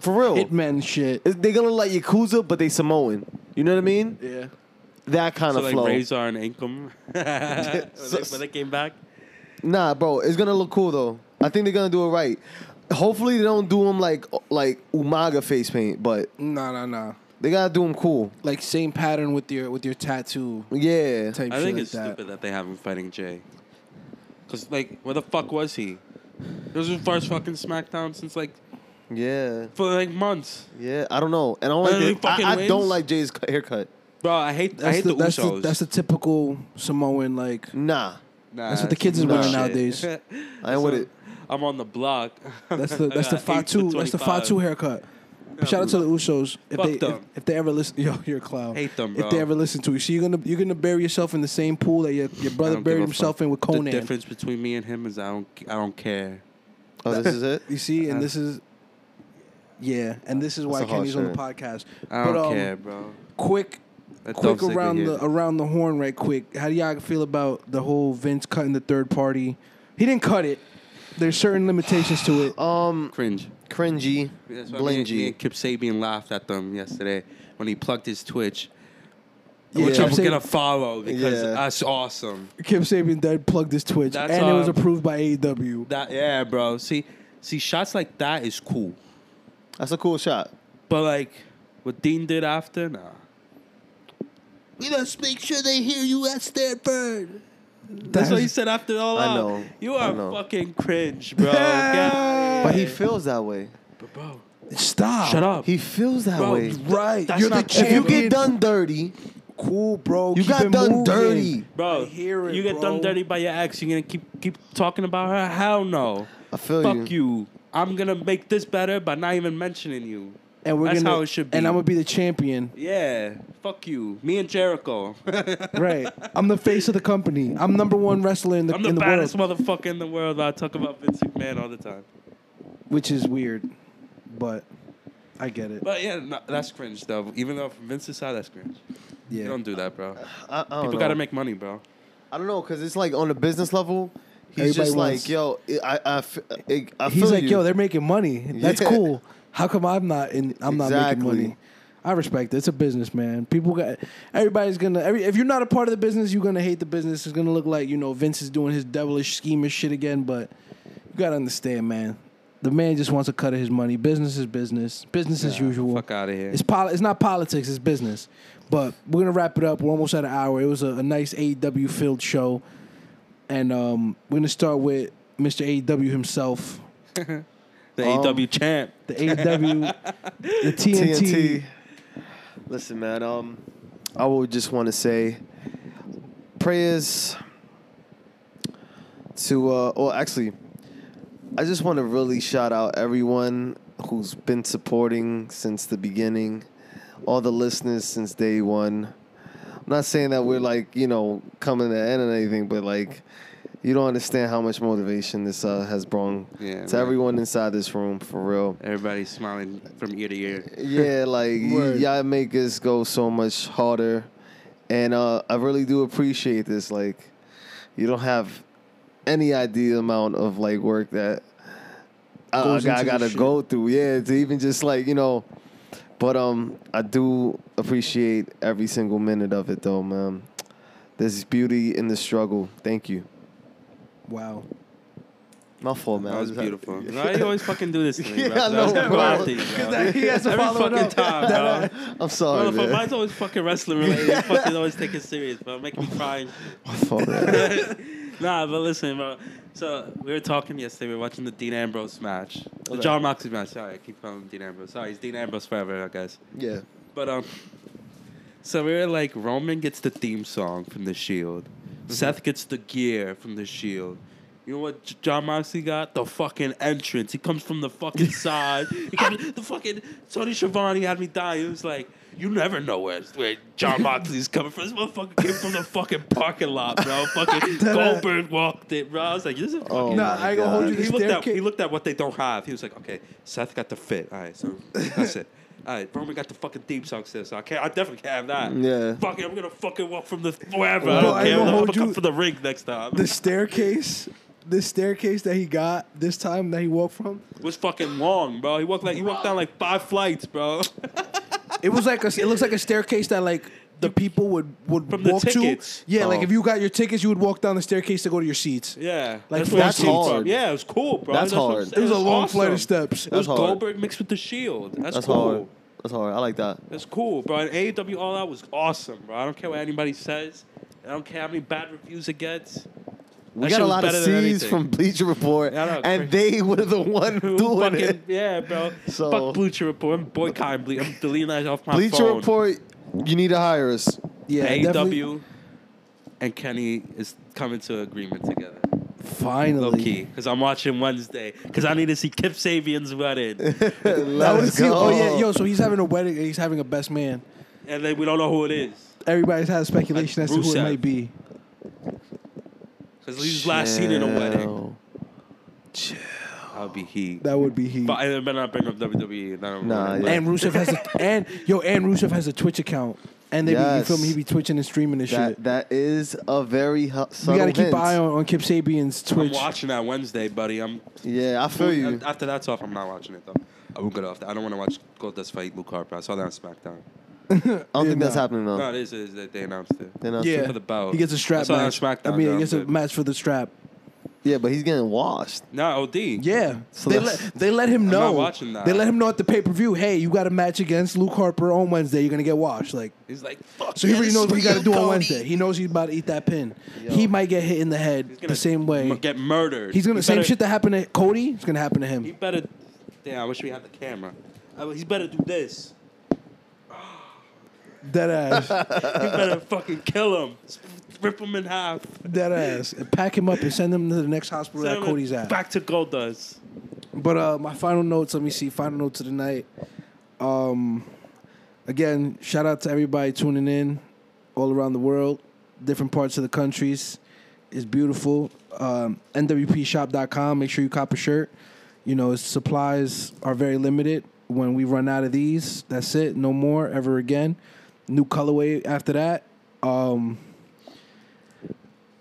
for real.
hitman shit.
It's- They're gonna like Yakuza, but they Samoan. You know what I mean?
Yeah.
That kind
So
of
like
flow.
Razor and Income. when, they, when they came back.
Nah, bro, it's gonna look cool though. I think they're gonna do it right. Hopefully they don't do them like like Umaga face paint, but
Nah, nah, nah.
they gotta do them cool.
Like same pattern with your with your tattoo
Yeah,
type
I
shit
think
like
it's
that.
stupid that they have him fighting Jay. Cause like, where the fuck was he? This was his first fucking SmackDown since like
yeah,
for like months,
yeah. I don't know, and I don't
And he
like. the-
fucking
I, I don't
wins?
like Jay's cu- haircut.
bro. I hate I
That's
hate
the,
the,
that's
Usos.
the that's the typical Samoan like.
Nah,
Nah,
That's what the kids is
wearing
bullshit.
nowadays.
I ain't with it.
I'm on the block.
That's the that's the
I got eight to
fatu that's the
25.
fatu haircut. Shout out to the Usos if
Fuck
they if,
them.
if they ever listen. Yo, you're a clown.
Hate them,
If
bro.
they ever listen to you, so you're gonna you're gonna bury yourself in the same pool that your your
I
brother
don't give
buried
a
himself
fuck.
in with Conan.
The difference between me and him is I don't I don't care.
oh, this is it.
You see, and this is yeah, and this is why
That's a hard
Kenny's on the
shirt.
podcast.
I don't care, bro.
Quick,
That dumb
um, quick
sick of
around the uh,
him.
around the horn, right? Quick. How do y'all feel about the whole Vince cutting the third party? He didn't cut it. There's certain limitations to it.
Um,
cringe.
cringy,
That's why me, and- me
blingy.
and Kip Sabian laughed at them yesterday when he plugged his Twitch.
Yeah.
Which
Kip
I'm
Sab-
gonna follow because
Yeah.
that's awesome.
Kip Sabian dead plugged his Twitch,
That's,
and it was
um,
approved by E AEW.
That yeah, bro. See, see, shots like that is cool,
That's a cool shot.
but like what Dean did after, nah. We must make sure they hear you at Stanford. That's what he said after all.
I
Out.
know.
You
I
are
know.
fucking cringe, bro. Get out
But
of
he
here.
feels that way.
But bro,
Stop.
shut up.
He feels that
Bro,
way.
you-
Right.
That's
You're the
not cool.
If you
champion.
get done dirty,
cool, bro.
you
Keep
got
it
done
moving.
dirty.
Bro,
I hear it,
you get
bro.
done dirty by your ex. You're gonna keep keep talking about her. Hell no.
I feel
Fuck you. I'm gonna make this better by not even mentioning you.
And we're
That's
gonna,
how it should be.
And I'm gonna be the champion.
Yeah. Fuck you. Me and Jericho.
Right. I'm the face of the company. I'm number one wrestler in the,
I'm the
in the
baddest
world,
motherfucker in the world. I talk about Vince McMahon all the time.
which is weird, but I get it.
But yeah, no, that's cringe though. Even though from Vince's side, that's cringe. You
Yeah.
don't do that, bro.
I, I don't
People
know.
gotta make money, bro.
I don't know, cause it's like on a business level, he's
Everybody
just
wants-
like, yo, I, I, I, f- I- I feel
He's like,
you.
yo, they're making money. That's
Yeah.
cool. How come I'm not? In, I'm not making
Exactly.
money. I respect it. It's a business, man. People got everybody's gonna. Every, if you're not a part of the business, you're gonna hate the business. It's gonna look like you know Vince is doing his devilish schemish shit again. But you gotta understand, man. The man just wants a cut of his money. Business is business. Business as usual.
Fuck out of here.
It's pol- It's not politics. It's business. But we're gonna wrap it up. We're almost at an hour. It was a, a nice AEW filled show, and um, we're gonna start with Mr. AEW himself,
The
Um,
AW champ.
the AEW, the TNT.
TNT. Listen, man. Um, I would just want to say prayers to. Uh, well, actually, I just want to really shout out everyone who's been supporting since the beginning, all the listeners since day one. I'm not saying that we're like you know coming to the end and anything, but like. You don't understand how much motivation this uh, has brought
Yeah,
to
man.
everyone inside this room, for real.
Everybody's smiling from ear to ear.
Yeah, like y-
Word.
y'all make us go so much harder, and uh, I really do appreciate this. Like, you don't have any idea the amount of like work that I-
Goes
I, I
into
gotta
this shit.
go through. Yeah, to even just like you know, but um, I do appreciate every single minute of it, though, man. There's beauty in the struggle. Thank you.
Wow.
My fault, man.
That
I
was
just had-
beautiful.
Yeah.
Why do you always fucking do this to me, bro?
Yeah, I know,
That's
bro.
crafty, bro.
'Cause that- he has to
Every
follow it
fucking
up.
time, bro.
I'm sorry,
Motherfucker,
man.
mine's always fucking wrestling related. You fucking always take it serious, bro. Make me cry. and
My fault, man.
nah, but listen, bro. So we were talking yesterday. We were watching the Dean Ambrose match, the
Okay.
John Moxley match. Sorry, I keep calling him Dean Ambrose. Sorry, he's Dean Ambrose forever, I guess.
yeah.
But um, so we were like, Roman gets the theme song from the Shield. Seth gets the gear from the Shield. You know what J- John Moxley got? The fucking entrance. He comes from the fucking side. He comes, the fucking Tony Schiavone had me dying. He was like, you never know where, where John Moxley's coming from. This motherfucker came from the fucking parking lot, bro. Fucking Goldberg walked it, bro. I was like, this is fucking
Oh
Nah,
my
I ain't gonna hold
God.
you.
he
The
looked at
staircase-
he looked at what they don't have. He was like, okay, Seth got the fit. All right, so that's it. All right, Roman got the fucking theme song still, so I can't. I definitely can't have that.
Yeah.
Fuck it, I'm gonna fucking walk from the wherever.
Bro,
I don't
I
care.
will
I'm
hold
gonna come
you-
for the ring next time.
The staircase, the staircase that he got this time that he walked from,
It was fucking long, bro. He walked like he walked down like five flights, bro.
it was like a, it looks like a staircase that like the people would would
From the
walk to.
tickets.
Yeah, like
Oh.
if you got your tickets, you would walk down the staircase to go to your seats.
Yeah,
Like,
where
that's
it came
hard.
from. Yeah, it was cool, bro.
That's
what I'm
hard.
saying.
It was a long
awesome.
flight of steps.
It
That's
was
hard.
Goldberg mixed with the Shield. That's,
That's
cool.
hard. That's hard. I like that.
That's cool, bro. And AEW All Out was awesome, bro. I don't care what anybody says. I don't care how many bad reviews it gets.
We
That shit
got a
was
lot of
better than
C's
anything.
from Bleacher Report,
Yeah, I know, it's
and they were the one
Who
doing
fucking,
it.
Yeah, bro.
So-
Fuck Bleacher Report. I'm boycotting Bleacher. I'm deleting that off my
Bleacher
phone.
Report, you need to hire us.
Yeah, definitely.
AEW and Kenny is coming to an agreement together. Low
Finally,
key. Because I'm watching Wednesday. Because I need to see Kip Sabian's wedding.
I wanna
Let's
see-
go.
Oh yeah, yo. So he's having a wedding. and He's having a best man.
and then we don't know who it is.
Everybody's had speculation
Like
as to who it
Rusev.
might be.
Because he's last seen in a wedding.
Oh,
Chill. Chill.
I'll be heat.
That would be he.
But I better not bring up WWE. and I don't
Nah,
know.
yeah.
And Rusev has a and yo and Rusev has a Twitch account. And they be, you
Yes.
feel me? He be twitching and streaming and shit.
That that is a very hu-
we
subtle
gotta keep
hint.
an eye on, on Kip Sabian's
I'm
Twitch.
watching that Wednesday, buddy. I'm
Yeah, I feel you.
After that's off, I'm not watching it though. I won't get off. That. I don't want to watch Goldust fight Luke Harper. I saw that on SmackDown.
I don't think
Yeah,
that's
nah.
happening though.
No, it is. It is that they announced it.
They're not-
Yeah,
for the belt.
he gets a strap
That's on
match.
SmackDown,
I mean,
though,
he gets a
but-
match for the strap.
Yeah, but he's getting washed.
No, OD.
Yeah,
So
they
that's-
let they let him know.
not watching that.
They let him know at the pay per view. Hey, you got a match against Luke Harper on Wednesday. You're gonna get washed. Like,
He's like, fuck.
so he
yeah,
already
this
knows
is
what he got to
real
do on
Cody.
Wednesday. He knows he's about to eat that pin.
Yo.
He might get hit in the head
He's gonna
the same way.
Get murdered.
He's gonna
He
same
better-
shit that happened to Cody. It's gonna happen to him.
He better. Damn, I wish we had the camera. I, he's better do this.
Dead ass.
He better fucking kill him. Rip him in half.
Dead ass. And pack him up and send him to the next hospital
Send
that
him
Cody's at.
Back to Goldust.
But uh, my final notes. Let me see. Final notes of the night. Um, again, shout out to everybody tuning in, all around the world, different parts of the countries. It's beautiful. Um, NWPShop.com. Make sure you cop a shirt. You know, it's, supplies are very limited. When we run out of these, that's it. No more ever again. New colorway after that. Um,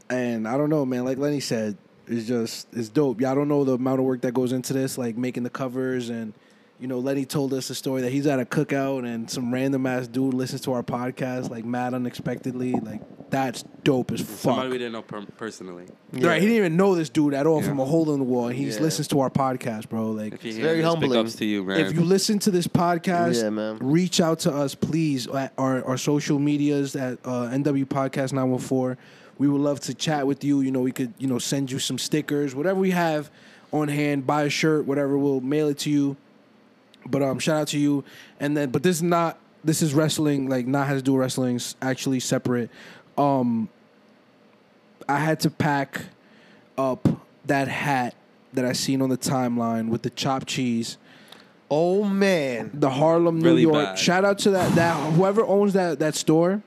and I don't know, man. Like Lenny said, it's just it's dope. Y'all don't know the amount of work that goes into this, like making the covers and you know, Lenny told us a story that he's at a cookout and some random ass dude listens to our podcast like mad unexpectedly. Like that's dope as
Somebody
fuck.
we didn't know per- personally.
Right? He didn't even know this dude at all from a hole in the wall. And he just
Yeah.
listens to our podcast, bro. Like
If you hear
very
this, big
humbling.
ups to you, man.
if you listen to this podcast,
Yeah, man.
reach out to us, please. At our, our social medias at uh, NW Podcast 914. We would love to chat with you. You know, we could, you know, send you some stickers, whatever we have on hand, buy a shirt, whatever, we'll mail it to you. But um, shout out to you. And then, but this is not. This is wrestling, like not has to do with wrestling. It's actually separate. Um, I had to pack up that hat that I seen on the timeline with the chopped cheese
Oh man,
the Harlem, New
Really
York.
bad.
Shout out to that that whoever owns that that store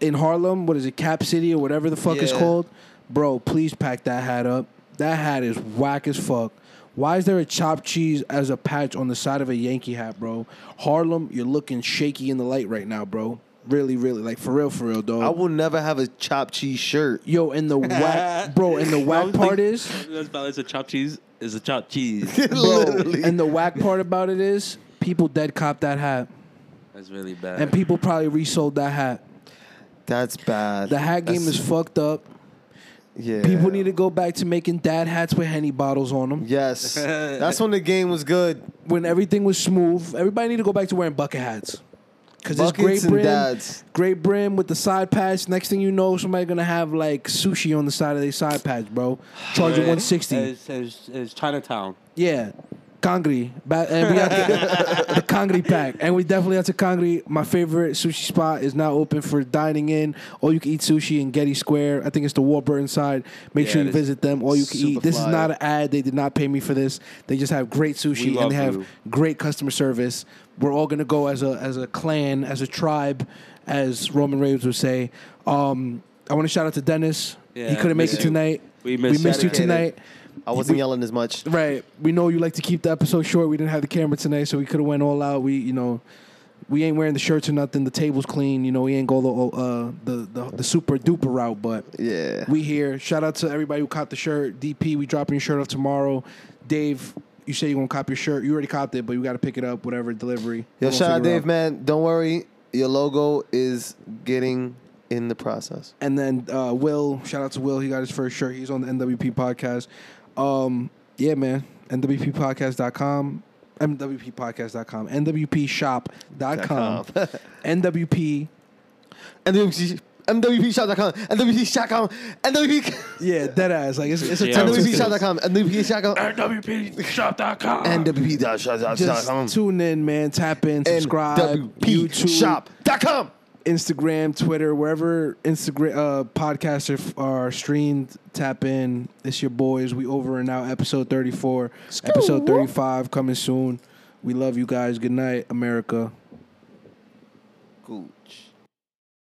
in Harlem. What is it, Cap City or whatever the fuck it's
Yeah.
called, bro? Please pack that hat up. That hat is whack as fuck. Why is there a chopped cheese as a patch on the side of a Yankee hat, bro? Harlem, you're looking shaky in the light right now, bro. Really, really, like for real, for real, dog.
I will never have a chopped cheese shirt.
Yo, and the whack, bro, and the whack part is.
That's about it's a chopped cheese. It's a chopped cheese.
Literally,
And the whack part about it is, people dead cop that hat,
That's really bad.
and people probably resold that hat.
that's bad.
The hat game
That's-
is fucked up.
Yeah.
People need to go back to making dad hats with henny bottles on them.
Yes. That's when the game was good.
When everything was smooth, everybody need to go back to wearing bucket hats. Cause it's
Buckets
great
and
brim,
dads.
great brim with the side patch. Next thing you know, somebody gonna have like sushi on the side of their side patch, bro. Charge you one sixty.
It's, it's, it's Chinatown.
Yeah, Kangri. Ba- and we have the, the Kangri pack, and we definitely have to Kangri. My favorite sushi spot is now open for dining in. All you can eat sushi in Getty Square. I think it's the Warburton side. Make
Yeah,
sure you
it is
visit them. All you can eat.
super
This is
fly.
not an ad. They did not pay me for this. They just have great
We
sushi and
love
they have
you.
great customer service. We're all gonna go as a as a clan, as a tribe, as Roman Reigns would say. Um, I want to shout out to Dennis. he
Yeah,
couldn't make
miss
it
you.
tonight.
We miss
we missed you
you.
tonight.
I wasn't yelling as much.
Right. We know you like to keep the episode short. We didn't have the camera tonight, so we could have went all out. We, you know, we ain't wearing the shirts or nothing. The table's clean. You know, we ain't go the uh, the, the the super duper route, but
Yeah.
we here. Shout out to everybody who caught the shirt. DP, we dropping your shirt off tomorrow. Dave, you say you gonna cop your shirt. You already copped it, but you got to pick it up. Whatever delivery.
Yo,
We'll
shout out
figure it
Dave, man. Don't worry. Your logo is getting in the process.
And then uh, Will, shout out to Will. He got his first shirt. He's on the NWP podcast. Um, yeah, man. NWPpodcast.com. MWPpodcast.com. NWPshop.com. NWP.
MWP, MWPshop.com, MWPshop.com, MWP,
Yeah, dead ass. Like it's, it's a
Yeah.
tongue
NWP
twister.
MWPshop.com, MWPshop.com,
NWPshop.com.
Just
MWP.shop.com,
tune in, man. Tap in, subscribe. YouTube,
NWPshop.com.
Instagram, Twitter, wherever Instagram uh, podcasts are, f- are streamed. Tap in. It's your boys. We over and out. Episode thirty four. Episode thirty five coming soon. We love you guys. Good night, America.
Gooch.